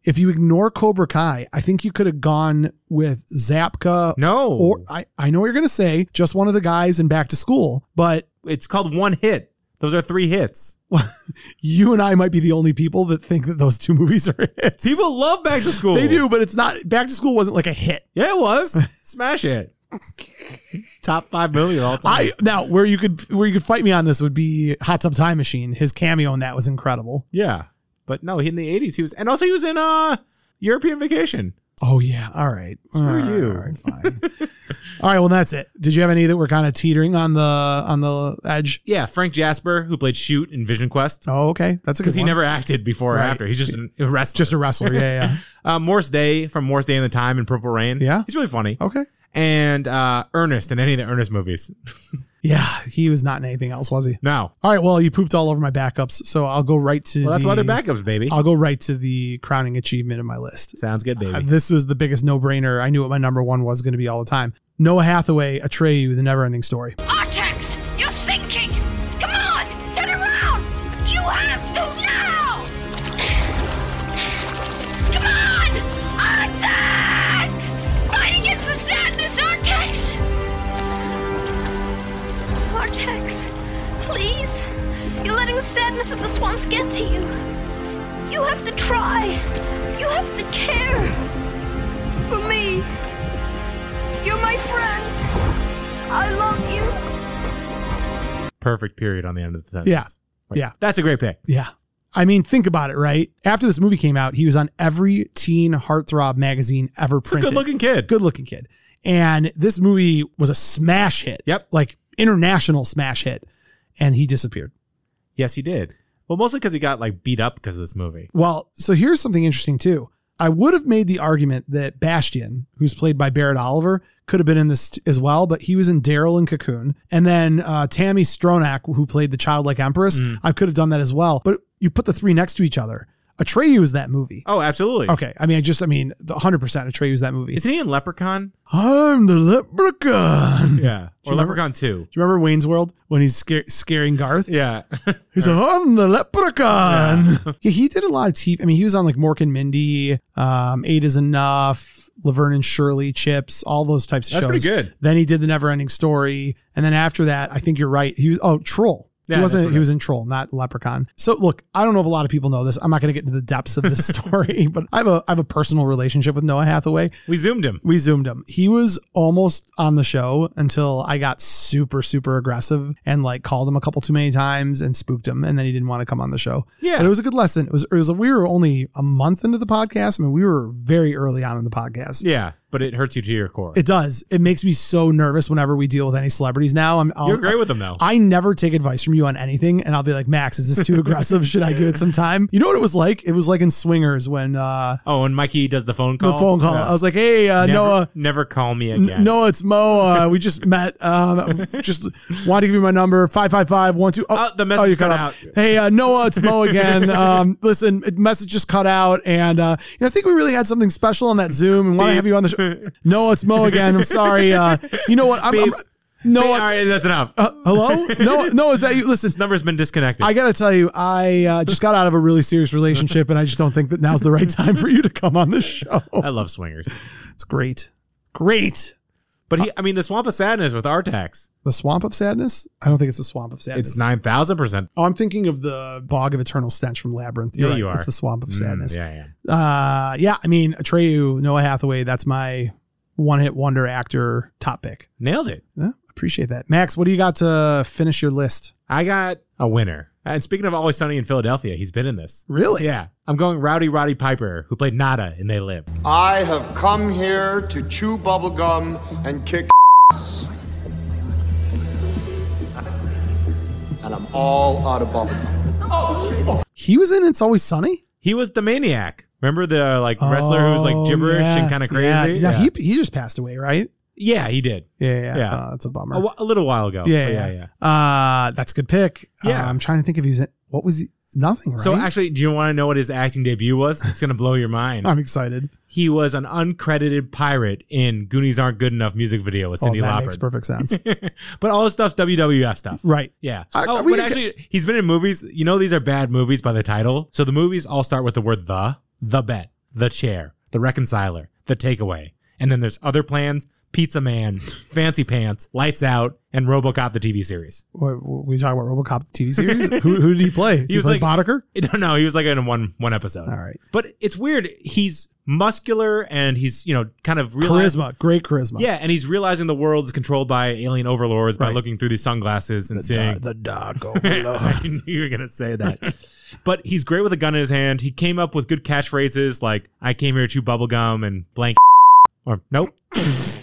[SPEAKER 1] If you ignore Cobra Kai, I think you could have gone with Zapka.
[SPEAKER 6] No.
[SPEAKER 1] Or I, I know what you're going to say. Just one of the guys in Back to School, but
[SPEAKER 6] It's called One Hit. Those are three hits.
[SPEAKER 1] you and I might be the only people that think that those two movies are hits.
[SPEAKER 6] People love Back to School.
[SPEAKER 1] They do, but it's not. Back to School wasn't like a hit.
[SPEAKER 6] Yeah, it was. Smash it. Top five million all time.
[SPEAKER 1] I now where you could where you could fight me on this would be Hot Tub Time Machine. His cameo in that was incredible.
[SPEAKER 6] yeah, but no, in the eighties he was, and also he was in uh European Vacation.
[SPEAKER 1] Oh yeah. All right.
[SPEAKER 6] Screw
[SPEAKER 1] All right,
[SPEAKER 6] you.
[SPEAKER 1] All right, fine. all right. Well, that's it. Did you have any that were kind of teetering on the on the edge?
[SPEAKER 6] Yeah, Frank Jasper, who played Shoot in Vision Quest.
[SPEAKER 1] Oh, okay. That's a good
[SPEAKER 6] because he
[SPEAKER 1] one.
[SPEAKER 6] never acted before or
[SPEAKER 1] Right.
[SPEAKER 6] after. He's just an, a wrestler.
[SPEAKER 1] Just a wrestler. Yeah, yeah.
[SPEAKER 6] uh, Morse Day from Morse Day in the Time and Purple Rain.
[SPEAKER 1] Yeah.
[SPEAKER 6] he's really funny.
[SPEAKER 1] Okay.
[SPEAKER 6] And uh, Ernest in any of the Ernest movies.
[SPEAKER 1] Yeah, he was not in anything else, was he?
[SPEAKER 6] No.
[SPEAKER 1] All right. Well, you pooped all over my backups, so I'll go right to.
[SPEAKER 6] Well, that's
[SPEAKER 1] the, Oh,
[SPEAKER 6] why they're backups, baby.
[SPEAKER 1] I'll go right to the crowning achievement in my list.
[SPEAKER 6] Sounds good, baby.
[SPEAKER 1] Uh, this was the biggest no brainer. I knew what my number one was going to be all the time. Noah Hathaway, Atreyu, The Never Ending Story.
[SPEAKER 14] Artax, you're sinking! Come on, turn around! You have to now! Come on! Artax! Fight against the sadness, Artax! Artax, please. You're letting the sadness of the swamps get to you. You have to try. You have to care. For me. You're my friend. I love you.
[SPEAKER 6] Perfect period on the end of the sentence.
[SPEAKER 1] Yeah. Yeah.
[SPEAKER 6] That's a great pick.
[SPEAKER 1] Yeah. I mean, think about it, right? After this movie came out, he was on every teen heartthrob magazine ever
[SPEAKER 6] a
[SPEAKER 1] printed.
[SPEAKER 6] good-looking kid.
[SPEAKER 1] Good looking kid. And this movie was a smash hit.
[SPEAKER 6] Yep.
[SPEAKER 1] Like international smash hit. And he disappeared.
[SPEAKER 6] Yes, he did. Well, mostly because he got like beat up because of this movie.
[SPEAKER 1] Well, so here's something interesting too. I would have made the argument that Bastion, who's played by Barrett Oliver, could have been in this as well, but he was in Daryl and Cocoon. And then uh, Tammy Stronach, who played the childlike empress,
[SPEAKER 6] Mm.
[SPEAKER 1] I could have done that as well. But you put the three next to each other. Atreyu is that movie.
[SPEAKER 6] Oh, absolutely.
[SPEAKER 1] Okay. I mean, I just, I mean, the 100% Atreyu is that movie.
[SPEAKER 6] Isn't he in Leprechaun?
[SPEAKER 1] I'm the leprechaun.
[SPEAKER 6] Yeah.
[SPEAKER 1] you
[SPEAKER 6] Or
[SPEAKER 1] remember-
[SPEAKER 6] Leprechaun 2.
[SPEAKER 1] Do you remember Wayne's World when he's scare- scaring Garth?
[SPEAKER 6] Yeah.
[SPEAKER 1] He's like, I'm the leprechaun. Yeah. he did a lot of TV. I mean, he was on like Mork and Mindy, um, Eight is Enough, Laverne and Shirley, Chips, all those types of
[SPEAKER 6] That's
[SPEAKER 1] shows.
[SPEAKER 6] pretty good.
[SPEAKER 1] Then he did the Never Ending Story, and then after that, I think you're right. He was oh Troll.
[SPEAKER 6] Yeah,
[SPEAKER 1] he
[SPEAKER 6] that's
[SPEAKER 1] wasn't.
[SPEAKER 6] what
[SPEAKER 1] He
[SPEAKER 6] I-
[SPEAKER 1] was in Troll, not Leprechaun. So look, I don't know if a lot of people know this. I'm not going to get into the depths of this story, but I have a I have a personal relationship with Noah Hathaway.
[SPEAKER 6] We zoomed him.
[SPEAKER 1] We zoomed him. He was almost on the show until I got super, super aggressive and like called him a couple too many times and spooked him. And then he didn't want to come on the show.
[SPEAKER 6] Yeah.
[SPEAKER 1] But it was a good lesson. It was, it was, we were only a month into the podcast. I mean, we were very early on in the podcast.
[SPEAKER 6] Yeah. but it hurts you to your core.
[SPEAKER 1] It does. It makes me so nervous whenever we deal with any celebrities now. I'm I'll-
[SPEAKER 6] You're great with them, though.
[SPEAKER 1] I never take advice from you on anything, and I'll be like, Max, is this too aggressive? Should I give it some time? You know what it was like? It was like in Swingers when uh,
[SPEAKER 6] oh, and Mikey does the phone call.
[SPEAKER 1] the phone call.
[SPEAKER 6] Oh, Yeah.
[SPEAKER 1] I was like, Hey, uh,
[SPEAKER 6] Never-
[SPEAKER 1] Noah.
[SPEAKER 6] never call me
[SPEAKER 1] N-
[SPEAKER 6] again.
[SPEAKER 1] Noah, it's Mo. Uh, we just met. Um, just wanted to give you my number five five five one two. Oh,
[SPEAKER 6] the message
[SPEAKER 1] you
[SPEAKER 6] cut
[SPEAKER 1] off.
[SPEAKER 6] out.
[SPEAKER 1] Hey, uh, Noah, it's Mo again. Um, listen, message just cut out, and uh, you know, I think we really had something special on that Zoom, and want to have you on the show. Noah, it's Mo again. I'm sorry. Uh, you know what? I'm, I'm
[SPEAKER 6] No,
[SPEAKER 1] Noah.
[SPEAKER 6] all right, that's enough.
[SPEAKER 1] Uh, hello? No, no, is that you? Listen,
[SPEAKER 6] this number's been disconnected.
[SPEAKER 1] I gotta tell you, I uh, just got out of a really serious relationship, and I just don't think that now's the right time for you to come on this show.
[SPEAKER 6] I love swingers.
[SPEAKER 1] It's great, great.
[SPEAKER 6] But he, I mean, the swamp of sadness with Artax.
[SPEAKER 1] The swamp of sadness? I don't think it's the swamp of sadness.
[SPEAKER 6] It's nine thousand percent.
[SPEAKER 1] Oh, I'm thinking of the bog of eternal stench from Labyrinth. You're
[SPEAKER 6] Yeah,
[SPEAKER 1] right.
[SPEAKER 6] you are.
[SPEAKER 1] It's the swamp of
[SPEAKER 6] Mm,
[SPEAKER 1] sadness.
[SPEAKER 6] yeah, yeah.
[SPEAKER 1] Uh, yeah. I mean, Atreyu, Noah Hathaway. That's my one-hit wonder actor top pick.
[SPEAKER 6] Nailed it.
[SPEAKER 1] Yeah, appreciate that, Max. What do you got to finish your list?
[SPEAKER 6] I got a winner. And speaking of Always Sunny in Philadelphia, he's been in this.
[SPEAKER 1] Really?
[SPEAKER 6] Yeah. I'm going Rowdy Roddy Piper, who played Nada in They Live.
[SPEAKER 15] I have come here to chew bubblegum and kick And I'm all out of bubblegum.
[SPEAKER 1] He was in It's Always Sunny.
[SPEAKER 6] He was the maniac. Remember the like wrestler who was like gibberish and kind of crazy?
[SPEAKER 1] Oh, Yeah. No,
[SPEAKER 6] yeah.
[SPEAKER 1] he he just passed away, right?
[SPEAKER 6] Yeah, he did.
[SPEAKER 1] Yeah, yeah.
[SPEAKER 6] Yeah. Oh,
[SPEAKER 1] Uh, that's a bummer.
[SPEAKER 6] A, wh- a little while ago.
[SPEAKER 1] yeah,
[SPEAKER 6] But
[SPEAKER 1] yeah, yeah, Uh, that's a good pick. Yeah, I'm trying to think if he was in, what was he? Nothing, right?
[SPEAKER 6] So actually, do you want to know what his acting debut was? It's gonna blow your mind.
[SPEAKER 1] I'm excited.
[SPEAKER 6] he was an uncredited pirate in Goonies Aren't Good Enough music video with Cindy
[SPEAKER 1] oh, that
[SPEAKER 6] Lauper.
[SPEAKER 1] makes perfect sense.
[SPEAKER 6] But all his stuff's WWF stuff.
[SPEAKER 1] right.
[SPEAKER 6] Yeah.
[SPEAKER 1] I-
[SPEAKER 6] oh,
[SPEAKER 1] are we
[SPEAKER 6] but
[SPEAKER 1] okay-
[SPEAKER 6] actually, he's been in movies. You know, these are bad movies by the title. So the movies all start with the word the, the bet, the chair, the reconciler, the takeaway. And then there's other plans Pizza Man, Fancy Pants, Lights Out, and Robocop, the TV series.
[SPEAKER 1] What, we talking about RoboCop the TV series? who, who did he play? Did he, play Boddicker?
[SPEAKER 6] No, no, he was like in one one episode. All
[SPEAKER 1] right,
[SPEAKER 6] but it's weird. He's muscular and he's you know kind of reali-
[SPEAKER 1] Charisma, great charisma.
[SPEAKER 6] Yeah, and he's realizing the world's controlled by alien overlords by looking through these sunglasses and seeing
[SPEAKER 1] the dark
[SPEAKER 6] I knew you were gonna say that. but he's great with a gun in his hand. He came up with good catchphrases like "I came here to chew bubblegum" and blank or nope.
[SPEAKER 1] It's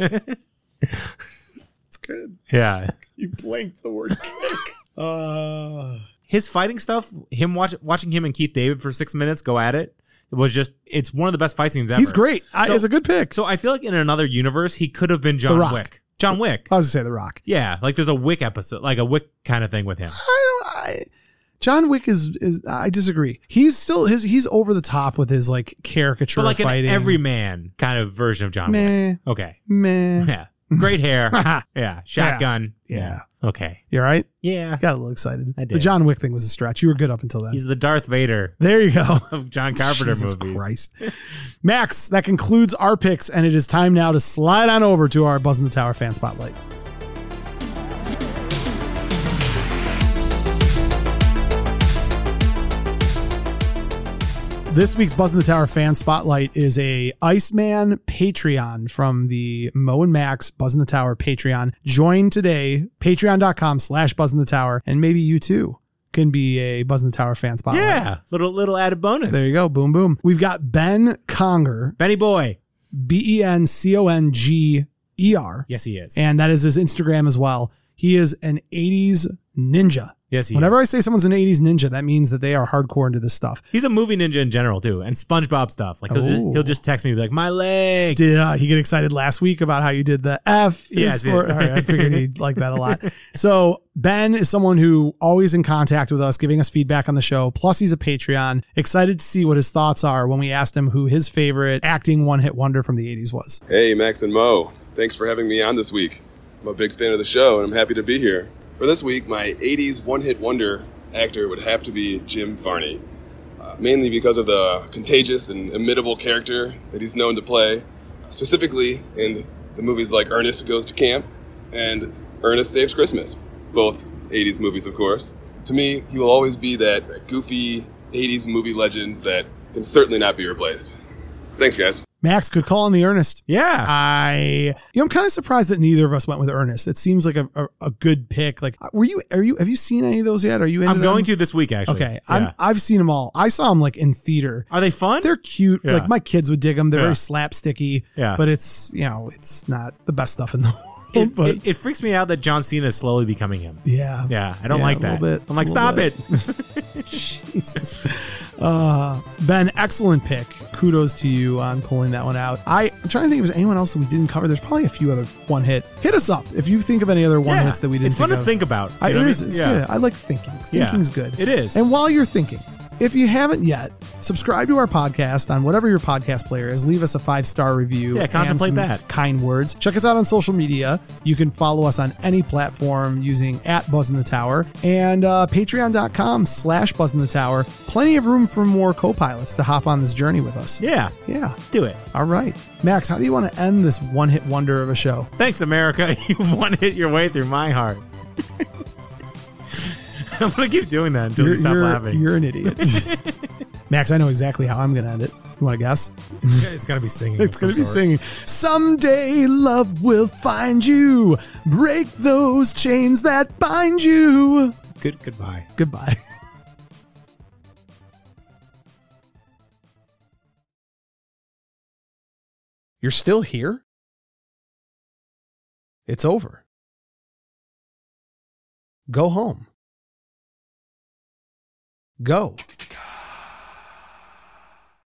[SPEAKER 1] good.
[SPEAKER 6] yeah,
[SPEAKER 1] You blanked the word kick. Uh,
[SPEAKER 6] his fighting stuff, him watch, watching him and Keith David for six minutes go at it, it was just it's one of the best fight scenes ever.
[SPEAKER 1] He's great. I- it's a good pick.
[SPEAKER 6] So I feel like in another universe he could have been
[SPEAKER 1] The
[SPEAKER 6] John
[SPEAKER 1] Rock.
[SPEAKER 6] Wick. John Wick.
[SPEAKER 1] I was gonna say The Rock.
[SPEAKER 6] Yeah, like there's a Wick episode, like a Wick kind of thing with him.
[SPEAKER 1] John Wick is is I disagree. He's still his he's over the top with his like caricature
[SPEAKER 6] But like
[SPEAKER 1] fighting.
[SPEAKER 6] an everyman kind of version of John
[SPEAKER 1] Meh.
[SPEAKER 6] Wick. Okay.
[SPEAKER 1] Meh.
[SPEAKER 6] Yeah. Great hair. yeah. Shotgun.
[SPEAKER 1] Yeah.
[SPEAKER 6] Okay.
[SPEAKER 1] You all right?
[SPEAKER 6] Yeah.
[SPEAKER 1] Got a little excited.
[SPEAKER 6] I
[SPEAKER 1] The
[SPEAKER 6] did.
[SPEAKER 1] John Wick thing was a stretch. You were good up until then.
[SPEAKER 6] He's the Darth Vader.
[SPEAKER 1] There you go.
[SPEAKER 6] Of John Carpenter
[SPEAKER 1] Jesus
[SPEAKER 6] movies.
[SPEAKER 1] Christ. Max, that concludes our picks, and it is time now to slide on over to our Buzz in the Tower fan spotlight. This week's Buzz in the Tower fan spotlight is a Iceman Patreon from the Mo and Max Buzz in the Tower Patreon. Join today, patreon.com slash Buzz in the Tower, and maybe you too can be a Buzz in the Tower fan spotlight.
[SPEAKER 6] Yeah. Little little added bonus.
[SPEAKER 1] There you go. Boom, boom. We've got Ben Conger.
[SPEAKER 6] Benny Boy.
[SPEAKER 1] B E N C O N G E R.
[SPEAKER 6] Yes, he is.
[SPEAKER 1] And that is his Instagram as well. He is an 80s ninja.
[SPEAKER 6] Yes, he
[SPEAKER 1] Whenever I say someone's an 80s ninja, that means that they are hardcore into this stuff.
[SPEAKER 6] He's a movie ninja in general too, and SpongeBob stuff. Like he'll just,
[SPEAKER 1] Oh.
[SPEAKER 6] he'll just text me and be like, "My leg."
[SPEAKER 1] Did uh, he get excited last week about how you did the F?
[SPEAKER 6] Yeah,
[SPEAKER 1] is
[SPEAKER 6] I did.
[SPEAKER 1] for- all right, I figured he'd like that a lot. So Ben is someone who always in contact with us, giving us feedback on the show. Plus, he's a Patreon. Excited to see what his thoughts are when we asked him who his favorite acting one-hit wonder from the 80s was.
[SPEAKER 16] Hey, Max and Mo. Thanks for having me on this week. I'm a big fan of the show, and I'm happy to be here. For this week, my 80s one hit wonder actor would have to be Jim Varney, uh, mainly because of the contagious and imitable character that he's known to play, specifically in the movies like Ernest Goes to Camp and Ernest Saves Christmas, both 80s movies, of course. To me, he will always be that goofy 80s movie legend that can certainly not be replaced. Thanks, guys.
[SPEAKER 1] Max, good call on the Ernest.
[SPEAKER 6] Yeah.
[SPEAKER 1] I, you know, I'm kind of surprised that neither of us went with Ernest. It seems like a, a, a good pick. Like, were you, are you, have you seen any of those yet? Are you into
[SPEAKER 6] I'm going
[SPEAKER 1] them?
[SPEAKER 6] to this week, actually.
[SPEAKER 1] Okay.
[SPEAKER 6] Yeah.
[SPEAKER 1] I'm, I've seen them all. I saw them like in theater.
[SPEAKER 6] Are they fun?
[SPEAKER 1] They're cute.
[SPEAKER 6] Yeah.
[SPEAKER 1] Like my kids would dig them. They're
[SPEAKER 6] Yeah.
[SPEAKER 1] very slapsticky.
[SPEAKER 6] Yeah.
[SPEAKER 1] But it's, you know, it's not the best stuff in the world.
[SPEAKER 6] It,
[SPEAKER 1] but
[SPEAKER 6] it, it freaks me out that John Cena is slowly becoming him.
[SPEAKER 1] yeah.
[SPEAKER 6] Yeah, I don't
[SPEAKER 1] Yeah,
[SPEAKER 6] like
[SPEAKER 1] a
[SPEAKER 6] that.
[SPEAKER 1] little bit.
[SPEAKER 6] I'm like,
[SPEAKER 1] A little
[SPEAKER 6] stop
[SPEAKER 1] bit.
[SPEAKER 6] it.
[SPEAKER 1] Jesus. Uh, ben, excellent pick. Kudos to you on pulling that one out. I, I'm trying to think if there's anyone else that we didn't cover. There's probably a few other one hit. Hit us up if you think of any other one
[SPEAKER 6] Yeah,
[SPEAKER 1] hits that we didn't
[SPEAKER 6] it's fun
[SPEAKER 1] think
[SPEAKER 6] to
[SPEAKER 1] of.
[SPEAKER 6] think about, you
[SPEAKER 1] I,
[SPEAKER 6] know
[SPEAKER 1] it
[SPEAKER 6] what I
[SPEAKER 1] is.
[SPEAKER 6] mean?
[SPEAKER 1] It's
[SPEAKER 6] Yeah.
[SPEAKER 1] good. I like thinking.
[SPEAKER 6] Yeah,
[SPEAKER 1] Thinking's good.
[SPEAKER 6] it is.
[SPEAKER 1] And while you're thinking, if you haven't yet, subscribe to our podcast on whatever your podcast player is. Leave us a five star review.
[SPEAKER 6] Yeah,
[SPEAKER 1] and
[SPEAKER 6] contemplate
[SPEAKER 1] some
[SPEAKER 6] that.
[SPEAKER 1] Kind words. Check us out on social media. You can follow us on any platform using at Buzz in the Tower and uh, patreon.com slash Buzz in the Tower. Plenty of room for more co pilots to hop on this journey with us.
[SPEAKER 6] Yeah.
[SPEAKER 1] Yeah.
[SPEAKER 6] Do it.
[SPEAKER 1] All right. Max, how do you want to end this one hit wonder of a show?
[SPEAKER 6] Thanks, America. You've one hit your way through my heart. I'm gonna keep doing that until you
[SPEAKER 1] You're-
[SPEAKER 6] stop
[SPEAKER 1] you're-
[SPEAKER 6] laughing.
[SPEAKER 1] you're an idiot. Max, I know exactly how I'm going to end it. You want to guess?
[SPEAKER 6] it's gotta be singing.
[SPEAKER 1] It's going to be singing. Someday love will find you. Break those chains that bind you.
[SPEAKER 6] Good goodbye.
[SPEAKER 1] Goodbye. You're still here? It's over. Go home. Go.